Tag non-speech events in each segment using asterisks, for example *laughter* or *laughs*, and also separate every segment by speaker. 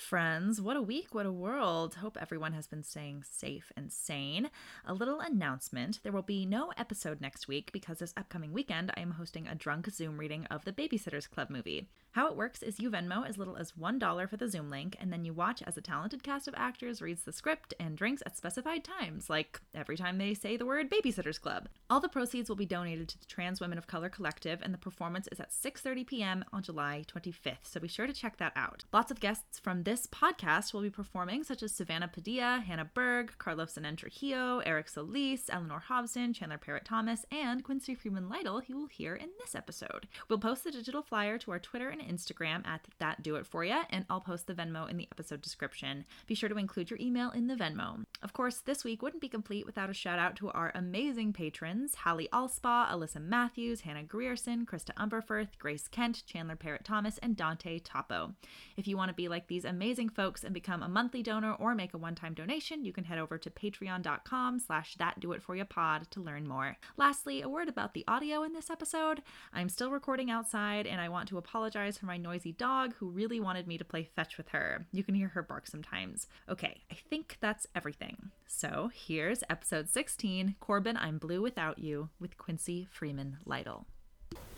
Speaker 1: friends. What a week, what a world. Hope everyone has been staying safe and sane. A little announcement there will be no episode next week because this upcoming weekend I am hosting a drunk Zoom reading of the Babysitters Club movie. How it works is you Venmo as little as $1 for the Zoom link, and then you watch as a talented cast of actors reads the script and drinks at specified times, like every time they say the word Babysitters Club. All the proceeds will be donated to the Trans Women of Color Collective, and the performance is at 6.30 p.m. on July 25th, so be sure to check that out. Lots of guests from this podcast will be performing, such as Savannah Padilla, Hannah Berg, Carlos Sanen Trujillo, Eric Solis, Eleanor Hobson, Chandler Parrott Thomas, and Quincy Freeman Lytle, who you will hear in this episode. We'll post the digital flyer to our Twitter and Instagram at That Do It For Ya, and I'll post the Venmo in the episode description. Be sure to include your email in the Venmo. Of course, this week wouldn't be complete without a shout out to our amazing patrons Hallie Allspaw, Alyssa Matthews, Hannah Grierson, Krista Umberfirth, Grace Kent, Chandler Parrott Thomas, and Dante Topo. If you want to be like these amazing folks and become a monthly donor or make a one-time donation, you can head over to patreon.com slash that do it for you pod to learn more. Lastly, a word about the audio in this episode. I'm still recording outside and I want to apologize for my noisy dog who really wanted me to play fetch with her. You can hear her bark sometimes. Okay, I think that's everything. So here's episode 16, Corbin, I'm Blue Without You with Quincy Freeman Lytle.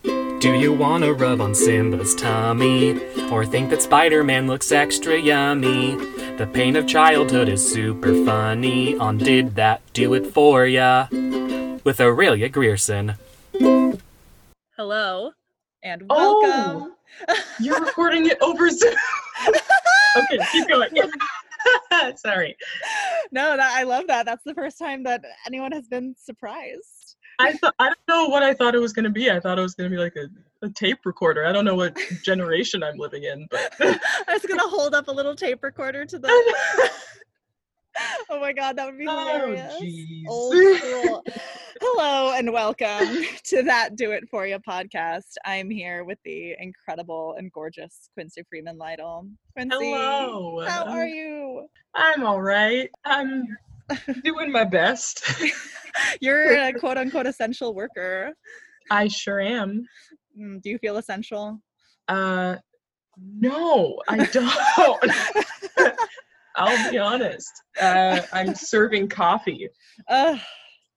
Speaker 2: Do you wanna rub on Simba's tummy? Or think that Spider Man looks extra yummy? The pain of childhood is super funny on Did That Do It For Ya? With Aurelia Grierson.
Speaker 1: Hello and
Speaker 3: Oh.
Speaker 1: welcome.
Speaker 3: You're recording it
Speaker 1: *laughs*
Speaker 3: over Zoom. okay, keep going. Sorry.
Speaker 1: no, that I love that. That's the first time that anyone has been surprised. *laughs*
Speaker 3: I thought I don't know what I thought it was gonna be. I thought it was gonna be like a, a tape recorder. I don't know what generation I'm living in, but *laughs*
Speaker 1: I was gonna hold up a little tape recorder to the. Oh my god, that would be hilarious.
Speaker 3: oh jeez.
Speaker 1: Old school. Hello and welcome *laughs* to that Do It For You podcast. I'm here with the incredible and gorgeous Quincy Freeman Lytle. Quincy,
Speaker 3: Hello.
Speaker 1: how are you?
Speaker 3: I'm all right. I'm doing my best.
Speaker 1: *laughs* You're
Speaker 3: *laughs*
Speaker 1: a quote unquote essential worker.
Speaker 3: I sure am.
Speaker 1: Mm, Do you feel essential?
Speaker 3: Uh, no,
Speaker 1: *laughs*
Speaker 3: I don't. *laughs* I'll be honest. Uh, I'm serving coffee.
Speaker 1: Ugh.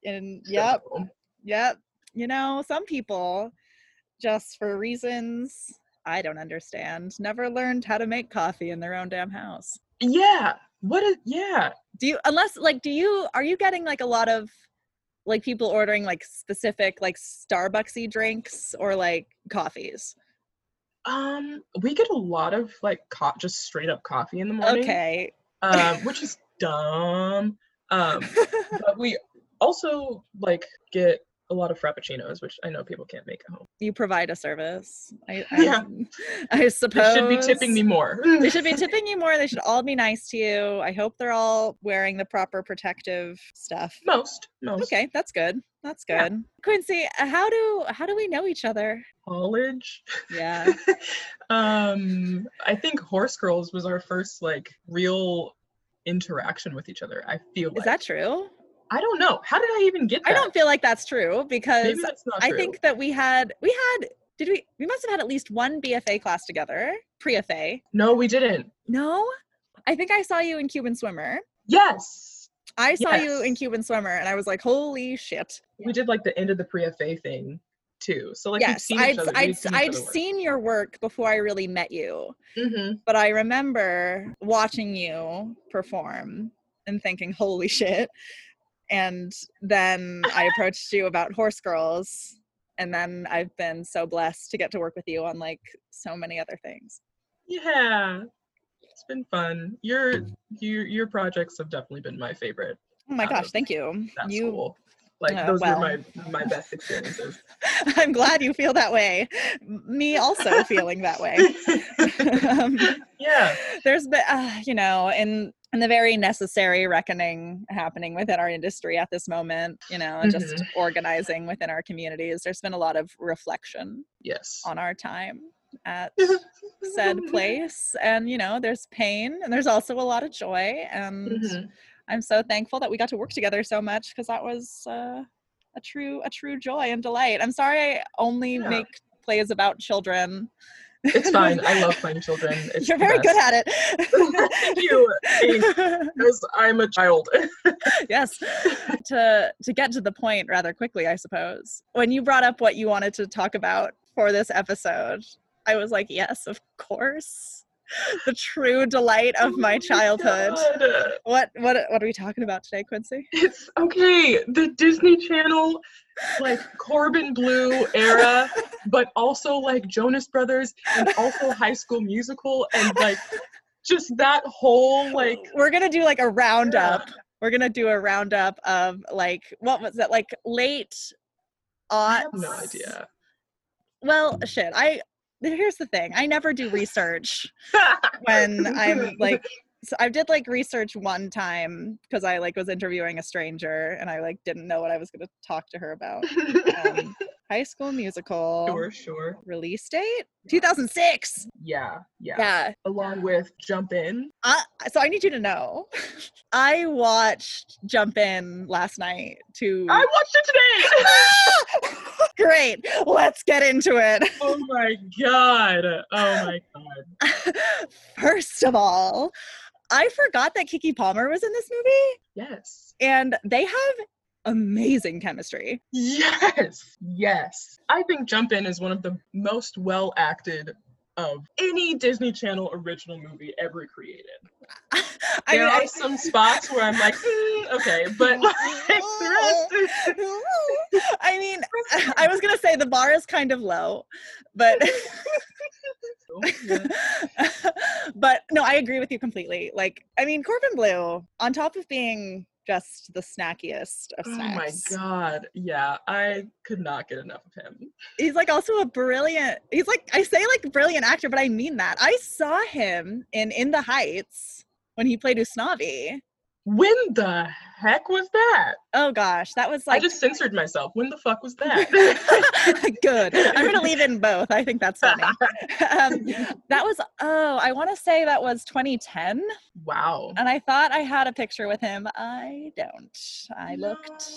Speaker 1: and yep,
Speaker 3: so-
Speaker 1: Yep. You know, some people, just for reasons I don't understand, never learned how to make coffee in their own damn house.
Speaker 3: Yeah. What is yeah.
Speaker 1: Do you, unless, like, do you, are you getting like a lot of like people ordering like specific, like Starbucksy drinks or like coffees?
Speaker 3: Um we get a lot of like co- just straight up coffee in the morning.
Speaker 1: Okay. *laughs*
Speaker 3: Um which is dumb. Um but we also like get a lot of frappuccinos, which I know people can't make at home.
Speaker 1: you provide a service. I, I,
Speaker 3: Yeah.
Speaker 1: *laughs* I suppose.
Speaker 3: They should be tipping me more. *laughs*
Speaker 1: they should be tipping you more. They should all be nice to you. I hope they're all wearing the proper protective stuff.
Speaker 3: most, most
Speaker 1: Okay, that's good. That's
Speaker 3: Yeah.
Speaker 1: good. Quincy, uh, how do how do we know each other?
Speaker 3: college.
Speaker 1: Yeah.
Speaker 3: *laughs* um I think Horse Girls was our first like real interaction with each other. I feel like
Speaker 1: Is that true?
Speaker 3: I don't know. How did I even get that?
Speaker 1: I don't feel like that's true because
Speaker 3: Maybe that's not
Speaker 1: I
Speaker 3: true.
Speaker 1: think that we had we had did we we must have had at least one BFA class together, pre-FA.
Speaker 3: No, we didn't.
Speaker 1: No? I think I saw you in Cuban Swimmer.
Speaker 3: Yes.
Speaker 1: I saw you in
Speaker 3: Yes.
Speaker 1: Cuban Swimmer and I was like, "Holy shit."
Speaker 3: We did like the end of the pre-FA thing too. So like we've
Speaker 1: yes,
Speaker 3: seen
Speaker 1: I'd
Speaker 3: each other.
Speaker 1: I'd
Speaker 3: we've seen each
Speaker 1: I'd
Speaker 3: other work.
Speaker 1: seen your work before I really met you.
Speaker 3: Mhm.
Speaker 1: but I remember watching you perform and thinking, holy shit. And then I approached you about Horse Girls. And then I've been so blessed to get to work with you on like so many other things.
Speaker 3: Yeah. It's been fun. Your your your projects have definitely been my favorite.
Speaker 1: Oh my
Speaker 3: Out
Speaker 1: gosh,
Speaker 3: of
Speaker 1: thank you.
Speaker 3: That's
Speaker 1: You
Speaker 3: cool. Like
Speaker 1: Uh,
Speaker 3: those
Speaker 1: well.
Speaker 3: were my my best experiences.
Speaker 1: *laughs* I'm glad you feel that way. M- Me also feeling that way.
Speaker 3: *laughs*
Speaker 1: *laughs* um,
Speaker 3: yeah.
Speaker 1: there's been uh, you know in in the very necessary reckoning happening within our industry at this moment you know and just
Speaker 3: Mhm.
Speaker 1: organizing within our communities there's been a lot of reflection
Speaker 3: Yes. *laughs*
Speaker 1: on our time at
Speaker 3: Mm-hmm.
Speaker 1: said place and you know there's pain and there's also a lot of joy and
Speaker 3: Mhm.
Speaker 1: i'm so thankful that we got to work together so much because that was uh, a true a true joy and delight i'm sorry i only
Speaker 3: Yeah.
Speaker 1: make plays about children
Speaker 3: It's
Speaker 1: *laughs*
Speaker 3: fine. I love playing children. It's
Speaker 4: You're
Speaker 3: the
Speaker 4: very good
Speaker 3: best.
Speaker 4: at
Speaker 3: *laughs* Thank
Speaker 1: *laughs*
Speaker 3: you. Thanks,
Speaker 4: it.
Speaker 3: because I'm a child.
Speaker 4: *laughs* yes to to get to the point rather quickly i suppose when you brought up what you wanted to talk about for this episode i was like yes of course the true delight of my
Speaker 3: *laughs*
Speaker 4: childhood
Speaker 3: Oh God.
Speaker 4: what what what are we talking about today quincy
Speaker 3: It's okay. The Disney Channel, like Corbin Blue era, but also like Jonas Brothers and also High School Musical and like just that whole like
Speaker 4: we're gonna do like a roundup we're gonna do a roundup of like what was that like late
Speaker 3: I
Speaker 4: aughts
Speaker 3: have no idea.
Speaker 4: well shit i here's the thing i never do research *laughs* when
Speaker 3: *laughs*
Speaker 4: I'm like, so I did like research one time because I like was interviewing a stranger and I like didn't know what I was going to talk to her about. Um, High School Musical
Speaker 3: sure, sure.
Speaker 4: release date 2006.
Speaker 3: Yeah, yeah.
Speaker 4: Yeah.
Speaker 3: Along with Jump In.
Speaker 4: Uh, so I need you to know, I watched Jump In last night to.
Speaker 3: I watched it today. *laughs*
Speaker 4: *laughs* Great. Let's get into it.
Speaker 3: oh my god. Oh my god.
Speaker 4: *laughs* First of all, I forgot that Kiki Palmer was in this movie.
Speaker 3: Yes.
Speaker 4: and they have amazing chemistry. *laughs*
Speaker 3: Yes. Yes. I think Jump In is one of the most well acted of any Disney Channel original movie ever created.
Speaker 4: I
Speaker 3: there
Speaker 4: mean,
Speaker 3: are
Speaker 4: I-
Speaker 3: some spots where I'm like, *laughs* "Mm, okay, but
Speaker 4: *laughs*
Speaker 3: like, *laughs* the rest is.
Speaker 4: I mean, *laughs*
Speaker 3: *laughs*
Speaker 4: I was gonna say the bar is kind of low, but *laughs* but no, I agree with you completely. Like, I mean, Corbin Blue, on top of being just the snackiest of
Speaker 3: Oh my
Speaker 4: snacks,
Speaker 3: god. Yeah, I could not get enough of him.
Speaker 4: he's like also a brilliant. He's like I say like brilliant actor, but I mean that. I saw him in In the Heights when he played Usnavi.
Speaker 3: When the heck was that?
Speaker 4: Oh gosh, that was like
Speaker 3: I
Speaker 4: *laughs*
Speaker 3: just censored myself. When the fuck was that? *laughs*
Speaker 4: Good. I'm going to leave in both. I think that's funny. Um, that was, oh, I want to say that was 2010.
Speaker 3: wow.
Speaker 4: And I thought I had a picture with him. I don't. I looked.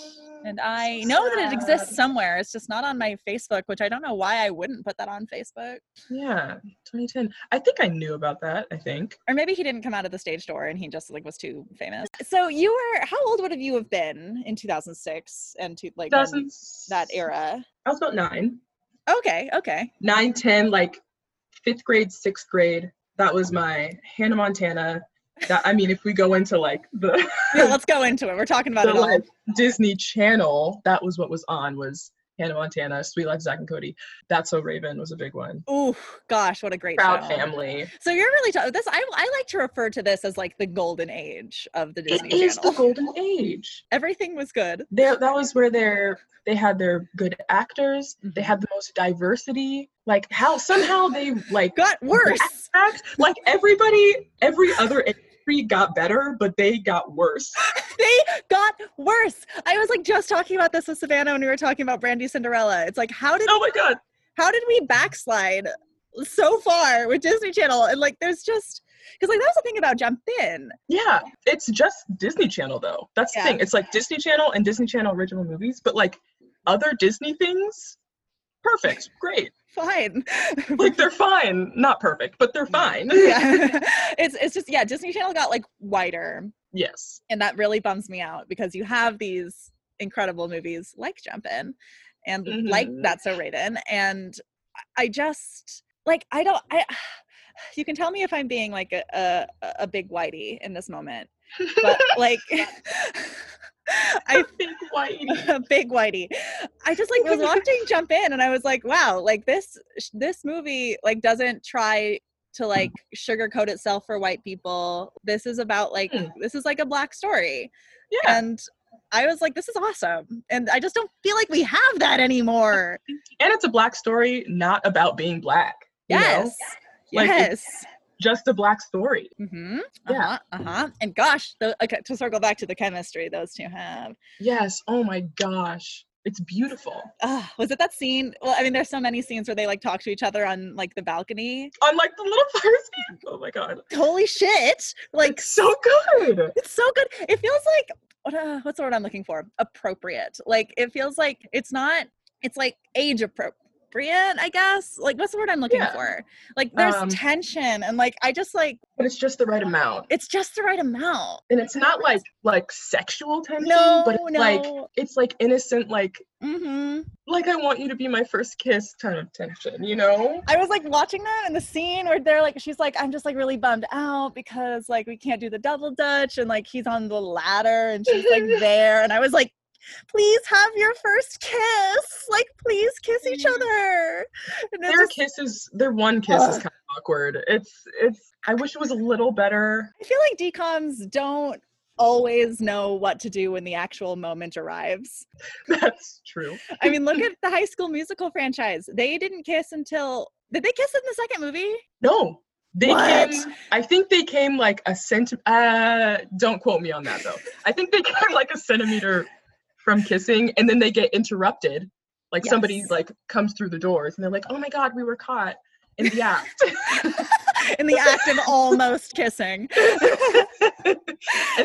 Speaker 4: And
Speaker 3: No,
Speaker 4: I
Speaker 3: so
Speaker 4: know that it exists
Speaker 3: sad.
Speaker 4: somewhere. It's just not on my Facebook, which I don't know why I wouldn't put that on Facebook.
Speaker 3: Yeah, 2010. I think I knew about that. I think.
Speaker 4: Or maybe he didn't come out of the stage door and he just like was too famous. Uh, So you were, how old would have you have been in 2006 and to, like when
Speaker 3: 2000.
Speaker 4: that era?
Speaker 3: I was about nine.
Speaker 4: Okay, okay.
Speaker 3: Nine, ten, like fifth grade, sixth grade. That was my Hannah Montana. That I mean, if we go into like
Speaker 4: *laughs*
Speaker 3: the,
Speaker 4: Yeah, let's go into it. We're talking about
Speaker 3: the,
Speaker 4: it all.
Speaker 3: like Disney Channel, that was what was on was Hannah Montana, Sweet Life of Zach and Cody. That's So Raven was a big one.
Speaker 4: Ooh, gosh, what a great
Speaker 3: Proud
Speaker 4: show.
Speaker 3: Family.
Speaker 4: So you're really ta- this. I, I like to refer to this as like the golden age of the Disney
Speaker 3: It is
Speaker 4: Channel.
Speaker 3: the golden age.
Speaker 4: Everything was good.
Speaker 3: there that was where their they had their good actors they
Speaker 4: Mhm.
Speaker 3: had the most diversity like how somehow they like
Speaker 4: Got worse.
Speaker 3: got- like everybody every other industry got better but they got worse
Speaker 4: they got worse. I was like just talking about this with Savannah when we were talking about Brandy Cinderella. It's like how did
Speaker 3: oh my god
Speaker 4: how did we backslide so far with Disney Channel? And like there's just because like that was the thing about Jump In.
Speaker 3: yeah it's just disney channel though that's
Speaker 4: Yeah.
Speaker 3: the thing it's like disney channel and disney channel original movies but like other disney things perfect great
Speaker 4: Fine.
Speaker 3: like they're fine not perfect but they're fine
Speaker 4: *laughs* yeah. it's it's just yeah. Disney Channel got like wider.
Speaker 3: yes
Speaker 4: and that really bums me out because you have these incredible movies like Jump In and like
Speaker 3: Mhm.
Speaker 4: That's So Raiden and I- I just like I don't I *sighs* you can tell me if I'm being like a a, a big whitey in this moment but like *laughs* I
Speaker 3: think white
Speaker 4: a *laughs* big whitey. I just
Speaker 3: Oh
Speaker 4: like was watching Jump In and I was like, wow, like this this movie like doesn't try to like
Speaker 3: Mm.
Speaker 4: sugarcoat itself for white people. This is about like
Speaker 3: Hmm.
Speaker 4: this is like a black story.
Speaker 3: yeah
Speaker 4: And I was like, this is awesome. And I just don't feel like we have that anymore.
Speaker 3: and it's a black story not about being black *laughs* you know?
Speaker 4: Yes.
Speaker 3: Like,
Speaker 4: yes.
Speaker 3: it's- just a black story
Speaker 4: Mm-hmm.
Speaker 3: Yeah.
Speaker 4: Uh-huh. Uh-huh. And gosh, the, okay, to circle back to the chemistry those two have.
Speaker 3: yes oh my gosh it's beautiful
Speaker 4: Uh, was it that scene? Well, I mean, there's so many scenes where they like talk to each other on like the balcony.
Speaker 3: on like the little *laughs* fire scene oh my god
Speaker 4: holy shit like
Speaker 3: it's so good
Speaker 4: it's so good it feels like what, uh, what's the word i'm looking for appropriate like it feels like it's not it's like age appro- appropriate, I guess. Like, what's the word I'm looking
Speaker 3: Yeah.
Speaker 4: for? Like, there's
Speaker 3: Um,
Speaker 4: tension, and like, I just like,
Speaker 3: but it's just the right amount.
Speaker 4: it's just the right amount.
Speaker 3: And it's not like like sexual tension,
Speaker 4: No,
Speaker 3: but it's
Speaker 4: no.
Speaker 3: like it's like innocent, like
Speaker 4: mm-hmm.
Speaker 3: like I want you to be my first kiss kind of tension, you know?
Speaker 4: I was like watching that in the scene where they're like, she's like, I'm just like really bummed out because like we can't do the double dutch, and like he's on the ladder, and she's like there, and I was like. Please have your first kiss. Like, please kiss each other. And it
Speaker 3: Their
Speaker 4: just-
Speaker 3: kiss is their one kiss is
Speaker 4: Ugh.
Speaker 3: kind of awkward. It's it's I wish it was a little better. *laughs*
Speaker 4: I feel like DCOMs don't always know what to do when the actual moment arrives.
Speaker 3: That's true.
Speaker 4: I mean, look at the High School Musical franchise. They didn't kiss until did they kiss in the second movie?
Speaker 3: No. They
Speaker 4: What?
Speaker 3: came I think they came like a cent uh don't quote me on that though. I think they *laughs* came like a centimeter from kissing and then they get interrupted. Like somebody
Speaker 4: Yes.
Speaker 3: like comes through the doors and they're like, Oh my god, we were caught in the
Speaker 4: *laughs*
Speaker 3: act.
Speaker 4: In the act of almost kissing. *laughs*
Speaker 3: and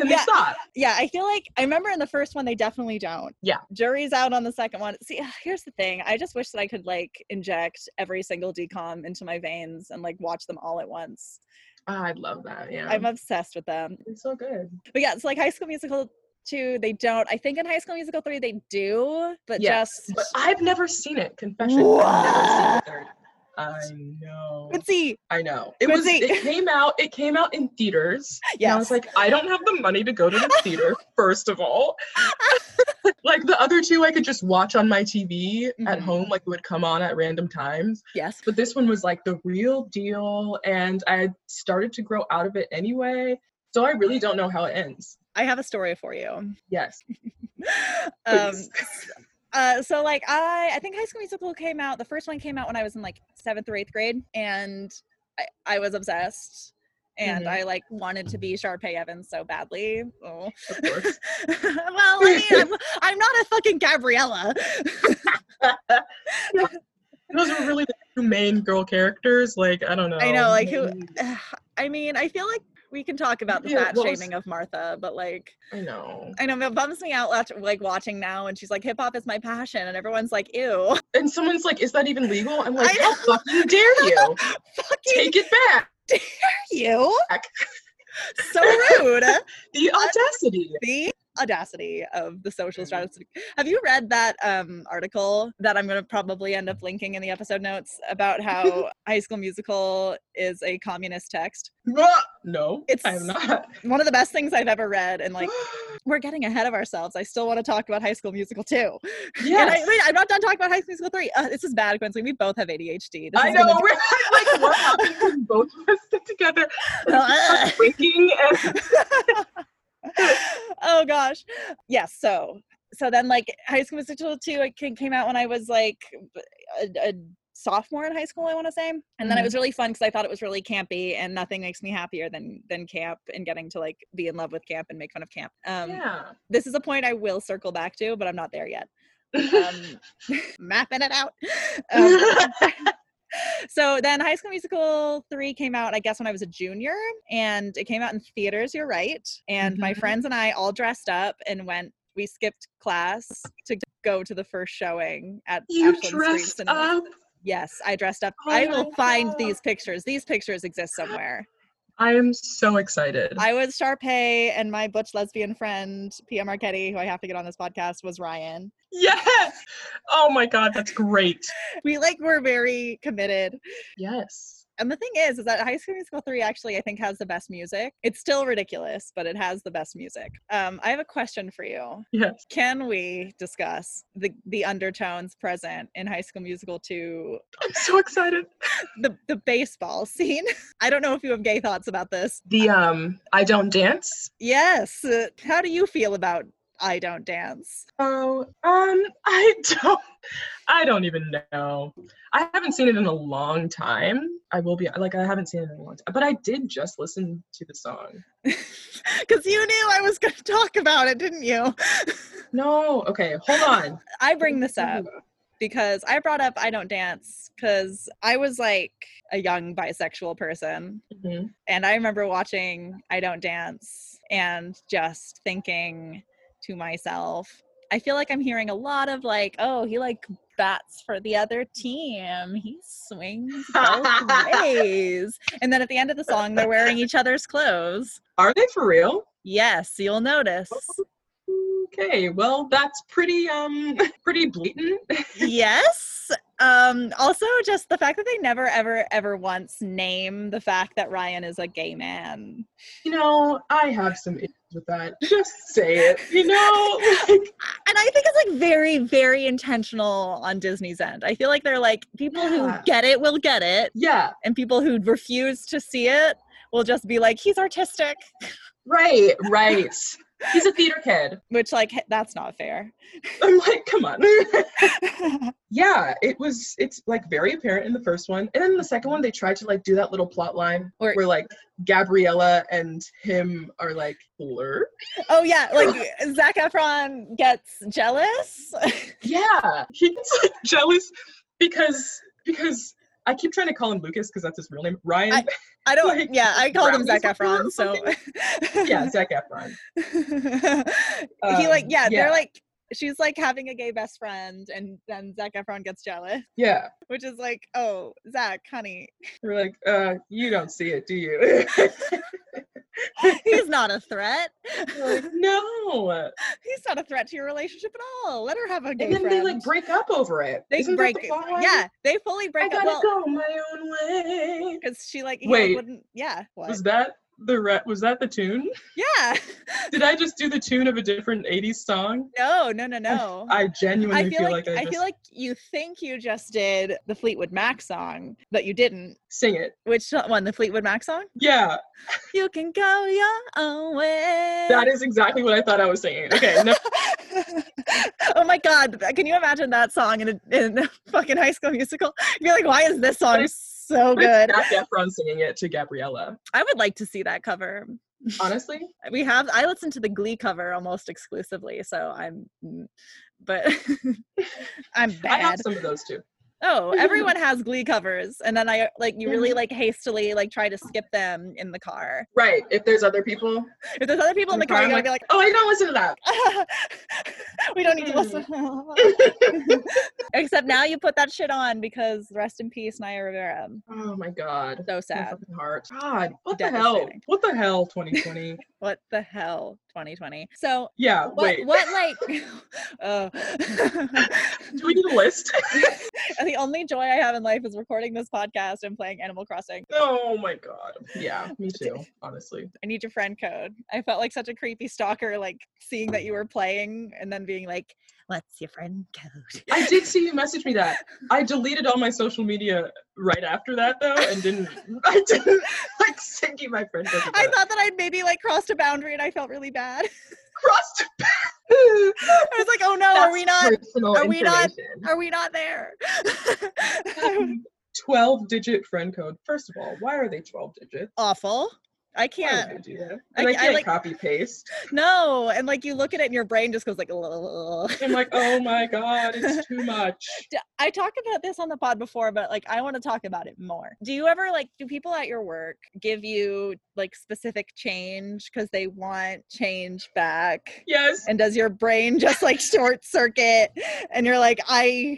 Speaker 3: they
Speaker 4: Yeah.
Speaker 3: stop.
Speaker 4: Yeah, I feel like I remember in the first one they definitely don't.
Speaker 3: Yeah.
Speaker 4: Jury's out on the second one. See, here's the thing. I just wish that I could like inject every single DCOM into my veins and like watch them all at once.
Speaker 3: Ah, I'd love that. Yeah.
Speaker 4: I'm obsessed with them.
Speaker 3: it's so good.
Speaker 4: But yeah, it's like High School Musical two. They don't. I think in High School Musical three they do, but
Speaker 3: Yes,
Speaker 4: just
Speaker 3: But I've never seen it. Confession. I've never seen the third. I know.
Speaker 4: Quincy.
Speaker 3: I know. It was.
Speaker 4: Quincy.
Speaker 3: It came out. It came out in theaters. And I was
Speaker 4: Yes.
Speaker 3: like, I don't have the money to go to the
Speaker 4: *laughs*
Speaker 3: theater. First of all, like the other two, I could just watch on my TV at
Speaker 4: Mhm.
Speaker 3: home. Like it would come on at random times.
Speaker 4: yes.
Speaker 3: But this one was like the real deal, and I had started to grow out of it anyway. So I really don't know how it ends.
Speaker 4: I have a story for you.
Speaker 3: Yes.
Speaker 4: Um,
Speaker 3: Please. *laughs*
Speaker 4: uh, so like I, I think High School Musical came out. The first one came out when I was in like seventh or eighth grade, and I, I was obsessed. And
Speaker 3: Mhm.
Speaker 4: I like wanted to be Sharpay Evans so badly. Oh. *laughs*
Speaker 3: Of course. *laughs*
Speaker 4: well, I mean, I'm, I'm not a fucking Gabriella. *laughs*
Speaker 3: Those were really the two main girl characters. Like I don't know.
Speaker 4: I know, like, who-
Speaker 3: maybe-
Speaker 4: I mean, I feel like we can talk about the
Speaker 3: Yeah,
Speaker 4: fat
Speaker 3: what was-
Speaker 4: shaming of Martha, but like,
Speaker 3: I know.
Speaker 4: I know it bums me out lat- like watching now and she's like hip hop is my passion and everyone's like ew
Speaker 3: And someone's like, "Is that even legal?" I'm
Speaker 4: I
Speaker 3: like, "How fucking dare *laughs* you?
Speaker 4: *laughs* fucking
Speaker 3: Take it back!
Speaker 4: you
Speaker 3: Back.
Speaker 4: so rude
Speaker 3: The audacity!"
Speaker 4: the audacity of the
Speaker 3: Mm-hmm.
Speaker 4: social stratification have you read that um article that i'm going to probably end up linking in the episode notes
Speaker 3: *laughs*
Speaker 4: about how high school musical is a communist text
Speaker 3: Wha- No,
Speaker 4: It's-
Speaker 3: I'm not.
Speaker 4: one of the best things i've ever read
Speaker 3: *gasps*
Speaker 4: and like we're getting ahead of ourselves i still want to talk about high school musical too And I,
Speaker 3: yes,
Speaker 4: wait, I'm not done talking about High School Musical 3. Uh, this is bad, Quincy. We both have ADHD. This
Speaker 3: I
Speaker 4: is gonna
Speaker 3: know. We're *laughs* I'm like, what happened when both of us sit
Speaker 4: *laughs*
Speaker 3: together,
Speaker 4: Uh,
Speaker 3: winking and
Speaker 4: *laughs* oh gosh. Yes. So so then like High School Musical two it ca- came out when I was like a, a sophomore in high school I want to say, and then it
Speaker 3: Mhm.
Speaker 4: was really fun because I thought it was really campy, and nothing makes me happier than than camp and getting to like be in love with camp and make fun of camp. Um,
Speaker 3: yeah.
Speaker 4: This is a point I will circle back to, but I'm not there yet. Um, *laughs* mapping it out. Um,
Speaker 3: *laughs*
Speaker 4: *laughs* so then High School Musical 3 came out, I guess, when I was a junior, and it came out in theaters, you're right. And my
Speaker 3: Mhm.
Speaker 4: friends and I all dressed up and went, we skipped class to go to the first showing at
Speaker 3: *laughs* you
Speaker 4: Ashland Screen
Speaker 3: dressed
Speaker 4: Cinema.
Speaker 3: up.
Speaker 4: Yes, I dressed up.
Speaker 3: Oh
Speaker 4: I
Speaker 3: my
Speaker 4: will find
Speaker 3: God.
Speaker 4: these pictures. These pictures exist
Speaker 3: *laughs*
Speaker 4: somewhere.
Speaker 3: I am so excited.
Speaker 4: I was Sharpay, and my butch lesbian friend, Pia Marchetti, who I have to get on this podcast, was Ryan.
Speaker 3: yes. Oh my God, that's great.
Speaker 4: We like were very committed
Speaker 3: Yes.
Speaker 4: And the thing is, is that High School Musical 3 actually, I think, has the best music. It's still ridiculous, but it has the best music. Um, I have a question for you.
Speaker 3: Yes.
Speaker 4: Can we discuss the, the undertones present in High School Musical 2,
Speaker 3: I'm so excited.
Speaker 4: the, the baseball scene? *laughs* I don't know if you have gay thoughts about this.
Speaker 3: The um, I don't dance.
Speaker 4: Yes. uh, How do you feel about I Don't Dance? *laughs*
Speaker 3: Oh, um, *laughs* I don't, I don't even know. I haven't seen it in a long time. I will be like, I haven't seen it in a long time, but I did just listen to the song.
Speaker 4: Because you knew I was going to talk about it, didn't you?
Speaker 3: No, okay, hold on.
Speaker 4: I *laughs* bring this up. because I brought up I don't dance because I was like a young bisexual person.
Speaker 3: Mhm.
Speaker 4: And I remember watching I Don't Dance and just thinking to myself, I feel like I'm hearing a lot of like, oh, he like bats for the other team. He swings both ways. And then at the end of the song, they're wearing each other's clothes.
Speaker 3: Are they for real?
Speaker 4: Yes, you'll notice.
Speaker 3: Okay, well that's pretty um *laughs* pretty blatant.
Speaker 4: yes. Um, also, just the fact that they never, ever, ever once name the fact that Ryan is a gay man.
Speaker 3: You know, I have some issues with that. *laughs* Just say it. You know, like,
Speaker 4: and I think it's like very, very intentional on Disney's end. I feel like they're like people
Speaker 3: Yeah.
Speaker 4: who get it will get it,
Speaker 3: yeah,
Speaker 4: and people who refuse to see it will just be like, he's artistic,
Speaker 3: right, right. He's a theater kid.
Speaker 4: which like that's not
Speaker 3: *laughs*
Speaker 4: fair.
Speaker 3: I'm like, come on. *laughs* yeah, it was. It's like very apparent in the first one, and then the second one they tried to like do that little plot line
Speaker 4: Or-
Speaker 3: where like Gabriella and him are like flirt.
Speaker 4: oh yeah, like Zach Efron gets jealous. *laughs*
Speaker 3: *laughs* Yeah, he's like jealous because because I keep trying to call him Lucas because that's his real name. Ryan.
Speaker 4: I- I don't.
Speaker 3: Like,
Speaker 4: yeah, I called him
Speaker 3: brownies
Speaker 4: Zach
Speaker 3: or
Speaker 4: Efron. So
Speaker 3: something? *laughs*
Speaker 4: *laughs*
Speaker 3: yeah, Zac Efron.
Speaker 4: he like
Speaker 3: Um, yeah.
Speaker 4: yeah, they're like she's like having a gay best friend, and then Zach Efron gets jealous,
Speaker 3: Yeah,
Speaker 4: which is like oh Zach, honey, *laughs*
Speaker 3: we're like, uh, you don't see it, do you? *laughs*
Speaker 4: he's not a threat.
Speaker 3: We're like, no.
Speaker 4: *laughs* He's not a threat to your relationship at all. Let her have a gay
Speaker 3: And then
Speaker 4: friend.
Speaker 3: they like break up over it.
Speaker 4: They
Speaker 3: Isn't that
Speaker 4: break.
Speaker 3: the plot line?
Speaker 4: yeah, they fully
Speaker 3: I
Speaker 4: break up.
Speaker 3: gotta
Speaker 4: Well,
Speaker 3: go my own way.
Speaker 4: because she like he
Speaker 3: Wait.
Speaker 4: wouldn't. Yeah. What?
Speaker 3: Was that the re- was that the tune?
Speaker 4: yeah. *laughs*
Speaker 3: Did I just do the tune of a different '80s song?
Speaker 4: No. No. No. No.
Speaker 3: I genuinely
Speaker 4: I feel, like, I,
Speaker 3: just
Speaker 4: feel like you think you just did the Fleetwood Mac song, but you didn't.
Speaker 3: sing it.
Speaker 4: Which uh, one? The Fleetwood Mac song?
Speaker 3: Yeah,
Speaker 4: You can go your own way.
Speaker 3: that is exactly what I thought I was singing. Okay, no,
Speaker 4: *laughs* oh my god! th- Can you imagine that song in a, in a *laughs* fucking High School Musical? You'd be like, why is this song so good?
Speaker 3: Zac Efron singing it to Gabriella.
Speaker 4: I would like to see that cover.
Speaker 3: Honestly,
Speaker 4: We have I listen to the Glee cover almost exclusively, so I'm, mm, but *laughs* I'm
Speaker 3: *laughs* I have
Speaker 4: bad.
Speaker 3: some of those too.
Speaker 4: Oh,
Speaker 3: *laughs*
Speaker 4: everyone has Glee covers, and then I like you really
Speaker 3: Mhm.
Speaker 4: like hastily like try to skip them in the car.
Speaker 3: Right, if there's other people.
Speaker 4: If there's other people in the car,
Speaker 3: I'm
Speaker 4: you're gonna
Speaker 3: like,
Speaker 4: be like,
Speaker 3: oh, I don't listen to that.
Speaker 4: *laughs* we don't need to listen. Hmm. *laughs* Except now you put that shit on because rest in peace, Naya Rivera.
Speaker 3: Oh my god.
Speaker 4: So
Speaker 3: My
Speaker 4: *laughs* sad.
Speaker 3: fucking heart. God, what the hell?
Speaker 4: Devastating.
Speaker 3: What the hell, 2020?
Speaker 4: What the hell, 2020? So
Speaker 3: yeah,
Speaker 4: what?
Speaker 3: wait.
Speaker 4: *laughs* What like? oh.
Speaker 3: Do we need a list?
Speaker 4: *laughs*
Speaker 3: *laughs*
Speaker 4: the only joy I have in life is recording this podcast and playing Animal Crossing.
Speaker 3: oh my god. Yeah, me too, honestly.
Speaker 4: I need your friend code. I felt like such a creepy stalker, like seeing that you were playing and then being like, "What's your friend code?" *laughs*
Speaker 3: I did see you message me that. I deleted all my social media right after that though and didn't I didn't like send you my friend. doesn't
Speaker 4: I
Speaker 3: know.
Speaker 4: thought that I'd maybe like crossed a boundary and I felt really bad.
Speaker 3: crossed
Speaker 4: I was like, "Oh no, *laughs* are we
Speaker 3: That's
Speaker 4: not?
Speaker 3: personal
Speaker 4: are we not-
Speaker 3: information.
Speaker 4: Are we not *laughs* there?" *laughs*
Speaker 3: Um, 12 digit friend code. First of all, why are they 12 digits?
Speaker 4: Awful. I
Speaker 3: Why would
Speaker 4: can't.
Speaker 3: they do that?
Speaker 4: I-
Speaker 3: And I,
Speaker 4: I
Speaker 3: can't
Speaker 4: like-
Speaker 3: copy paste.
Speaker 4: No, and like you look at it and your brain just goes like. "Ugh."
Speaker 3: I'm like, oh my god,
Speaker 4: *laughs*
Speaker 3: it's too much.
Speaker 4: D- I talked about this on the pod before, but like I want to talk about it more. Do you ever like do people at your work give you like specific change because they want change back?
Speaker 3: Yes.
Speaker 4: and does your brain just like short circuit and you're like *laughs* i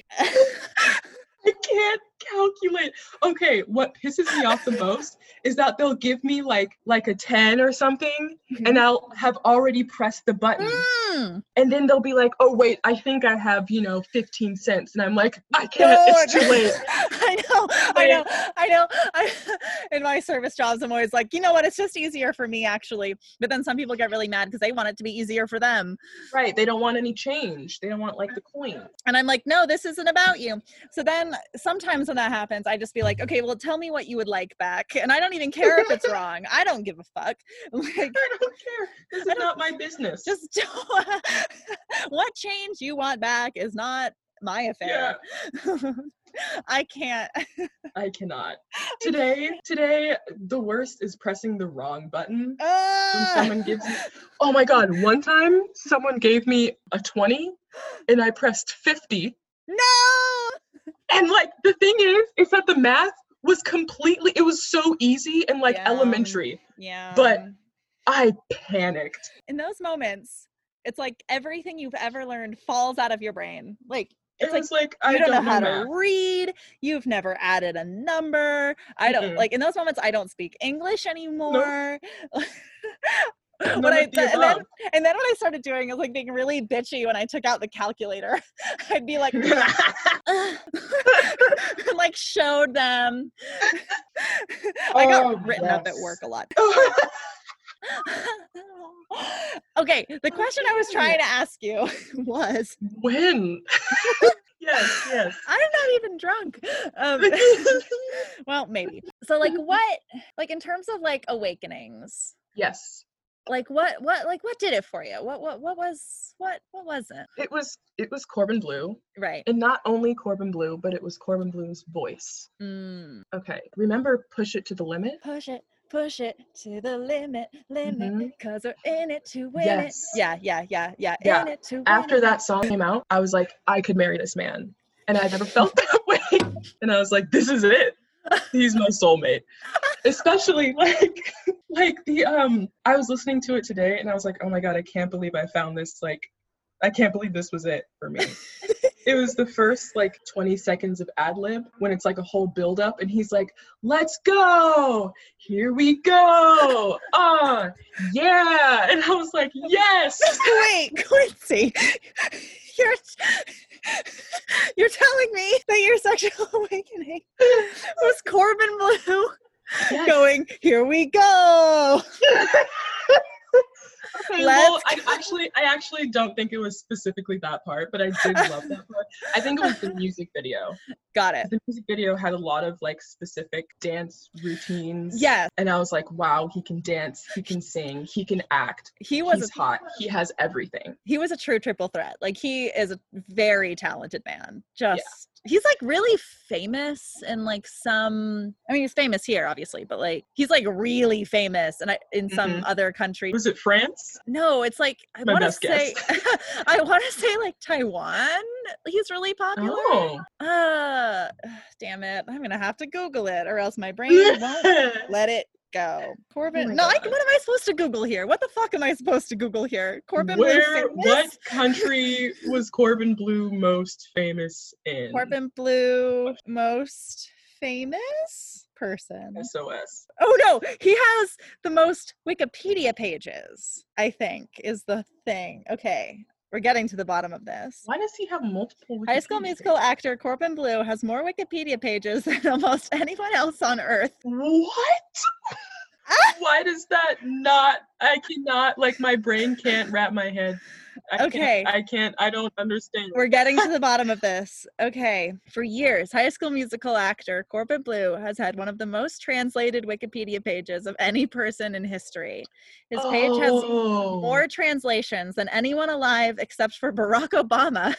Speaker 3: I can't calculate. Okay, what pisses me off the most is that they'll give me like like a 10 or something and I'll have already pressed the button
Speaker 4: Mm,
Speaker 3: and then they'll be like, "Oh wait, I think I have, you know, 15 cents." And I'm like, "I can't. It's
Speaker 4: don't."
Speaker 3: too late."
Speaker 4: *laughs* i know i know i know *laughs* I, in my service jobs i'm always like you know what it's just easier for me actually but then some people get really mad because they want it to be easier for them
Speaker 3: Right. They don't want any change. They don't want like the
Speaker 4: *laughs*
Speaker 3: coin.
Speaker 4: and i'm like no this isn't about you so then sometimes when that happens i just be like okay well tell me what you would like back and i don't even care
Speaker 3: *laughs*
Speaker 4: if it's wrong i don't give a fuck *laughs* like
Speaker 3: I don't care. This is not my business.
Speaker 4: just *laughs* don't what change you want back is not my affair *laughs* i can't
Speaker 3: I cannot. Today, today, the worst is pressing the wrong button. When
Speaker 4: Ah!
Speaker 3: someone gives me, oh my god! One time, someone gave me a twenty, and I pressed fifty.
Speaker 4: *laughs* no
Speaker 3: And like the thing is, is that the math was completely. It was so easy and like
Speaker 4: Yeah.
Speaker 3: elementary.
Speaker 4: yeah
Speaker 3: I panicked.
Speaker 4: in those moments it's like everything you've ever learned falls out of your brain like
Speaker 3: It
Speaker 4: It's like,
Speaker 3: was like,
Speaker 4: you
Speaker 3: I
Speaker 4: don't, know, how
Speaker 3: math.
Speaker 4: to *laughs* read. You've never added a number. I don't
Speaker 3: Mm-mm.
Speaker 4: like in those moments. I don't speak English anymore.
Speaker 3: None
Speaker 4: when I
Speaker 3: of the
Speaker 4: and then,
Speaker 3: above.
Speaker 4: and then what I started doing is like being really bitchy when I took out the calculator. *laughs* I'd
Speaker 3: *laughs*
Speaker 4: be like, "Ugh," *laughs* and, like showed them. *laughs* I got
Speaker 3: Oh,
Speaker 4: written up at
Speaker 3: yes.
Speaker 4: work a lot. *laughs* okay, the question I was
Speaker 3: Okay.
Speaker 4: trying to ask you *laughs* was
Speaker 3: *laughs* when? *laughs* yes, yes.
Speaker 4: I'm not even drunk. Um, *laughs* well, maybe. So like what like in terms of like awakenings,
Speaker 3: yes.
Speaker 4: like what what like what did it for you? What what what was what what was it?
Speaker 3: it was it was Corbin Blue,
Speaker 4: Right.
Speaker 3: and not only Corbin Blue, but it was Corbin Blue's voice.
Speaker 4: Mm.
Speaker 3: Okay, remember push it to the limit?
Speaker 4: Push it, push it to the limit, limit,
Speaker 3: Mhm.
Speaker 4: cause we're in it to win
Speaker 3: Yes.
Speaker 4: it. Mm-hmm. Yeah, yeah, yeah, yeah,
Speaker 3: Yeah.
Speaker 4: in it to win
Speaker 3: After
Speaker 4: it.
Speaker 3: that song came out, I was like, I could marry this man, and I never felt *laughs* that way. And I was like, this is it. He's my soulmate. Especially like *laughs* like the um I was listening to it today and I was like, oh my god, I can't believe I found this like I can't believe this was it for me. it was the first like 20 seconds of ad lib when it's like a whole build up and he's like, let's go. Here we go. Ah, yeah. And I was like, yes.
Speaker 4: Wait, *laughs* Quincy, you're you're telling me that your sexual *laughs* awakening was Corbin Blue
Speaker 3: Yes.
Speaker 4: going, here we go.
Speaker 3: Okay, well,
Speaker 4: Let's
Speaker 3: I actually, I actually don't think it was specifically that part, but I did love that part. I think it was the music video.
Speaker 4: Got it.
Speaker 3: The music video had a lot of like specific dance routines.
Speaker 4: Yes,
Speaker 3: And I was like, wow, he can dance, he can sing, he can act,
Speaker 4: he was
Speaker 3: he's
Speaker 4: a,
Speaker 3: hot, he has everything.
Speaker 4: he was a true triple threat. Like he is a very talented man. Just he's like really famous and like some I mean he's famous here obviously, but like he's like really famous and I, in some
Speaker 3: Mm-hmm.
Speaker 4: other country.
Speaker 3: Was it France?
Speaker 4: No, it's like I
Speaker 3: My
Speaker 4: want to
Speaker 3: best
Speaker 4: say *laughs*
Speaker 3: guess.
Speaker 4: I want to say like Taiwan. He's really popular.
Speaker 3: Oh.
Speaker 4: Uh *sighs* damn it. I'm going to have to google it or else
Speaker 3: *laughs*
Speaker 4: my brain won't
Speaker 3: Corbin
Speaker 4: let it go. Corbin,
Speaker 3: Oh my
Speaker 4: no, I,
Speaker 3: God.
Speaker 4: what am I supposed to Google here? What the fuck am I supposed to Google here? Corbin Blue
Speaker 3: Where,
Speaker 4: famous?
Speaker 3: what country was Corbin Blue most famous in?
Speaker 4: Corbin Blue most famous person.
Speaker 3: SOS.
Speaker 4: Oh no, he has the most Wikipedia pages, I think, is the thing. Okay, we're getting to the bottom of this.
Speaker 3: Why does he have multiple?
Speaker 4: High School
Speaker 3: Wikipedia
Speaker 4: Musical
Speaker 3: pages?
Speaker 4: actor Corbin Blue has more Wikipedia pages *laughs* than almost anyone else on earth.
Speaker 3: What? *laughs* Why does that not? I cannot. Like my brain can't wrap my head. I can't-
Speaker 4: Okay.
Speaker 3: I can't. I don't understand.
Speaker 4: We're getting to the bottom of this. Okay. For years, High School Musical actor Corbin Blue has had one of the most translated Wikipedia pages of any person in history. His page has
Speaker 3: Oh.
Speaker 4: more translations than anyone alive except for Barack *laughs* Obama.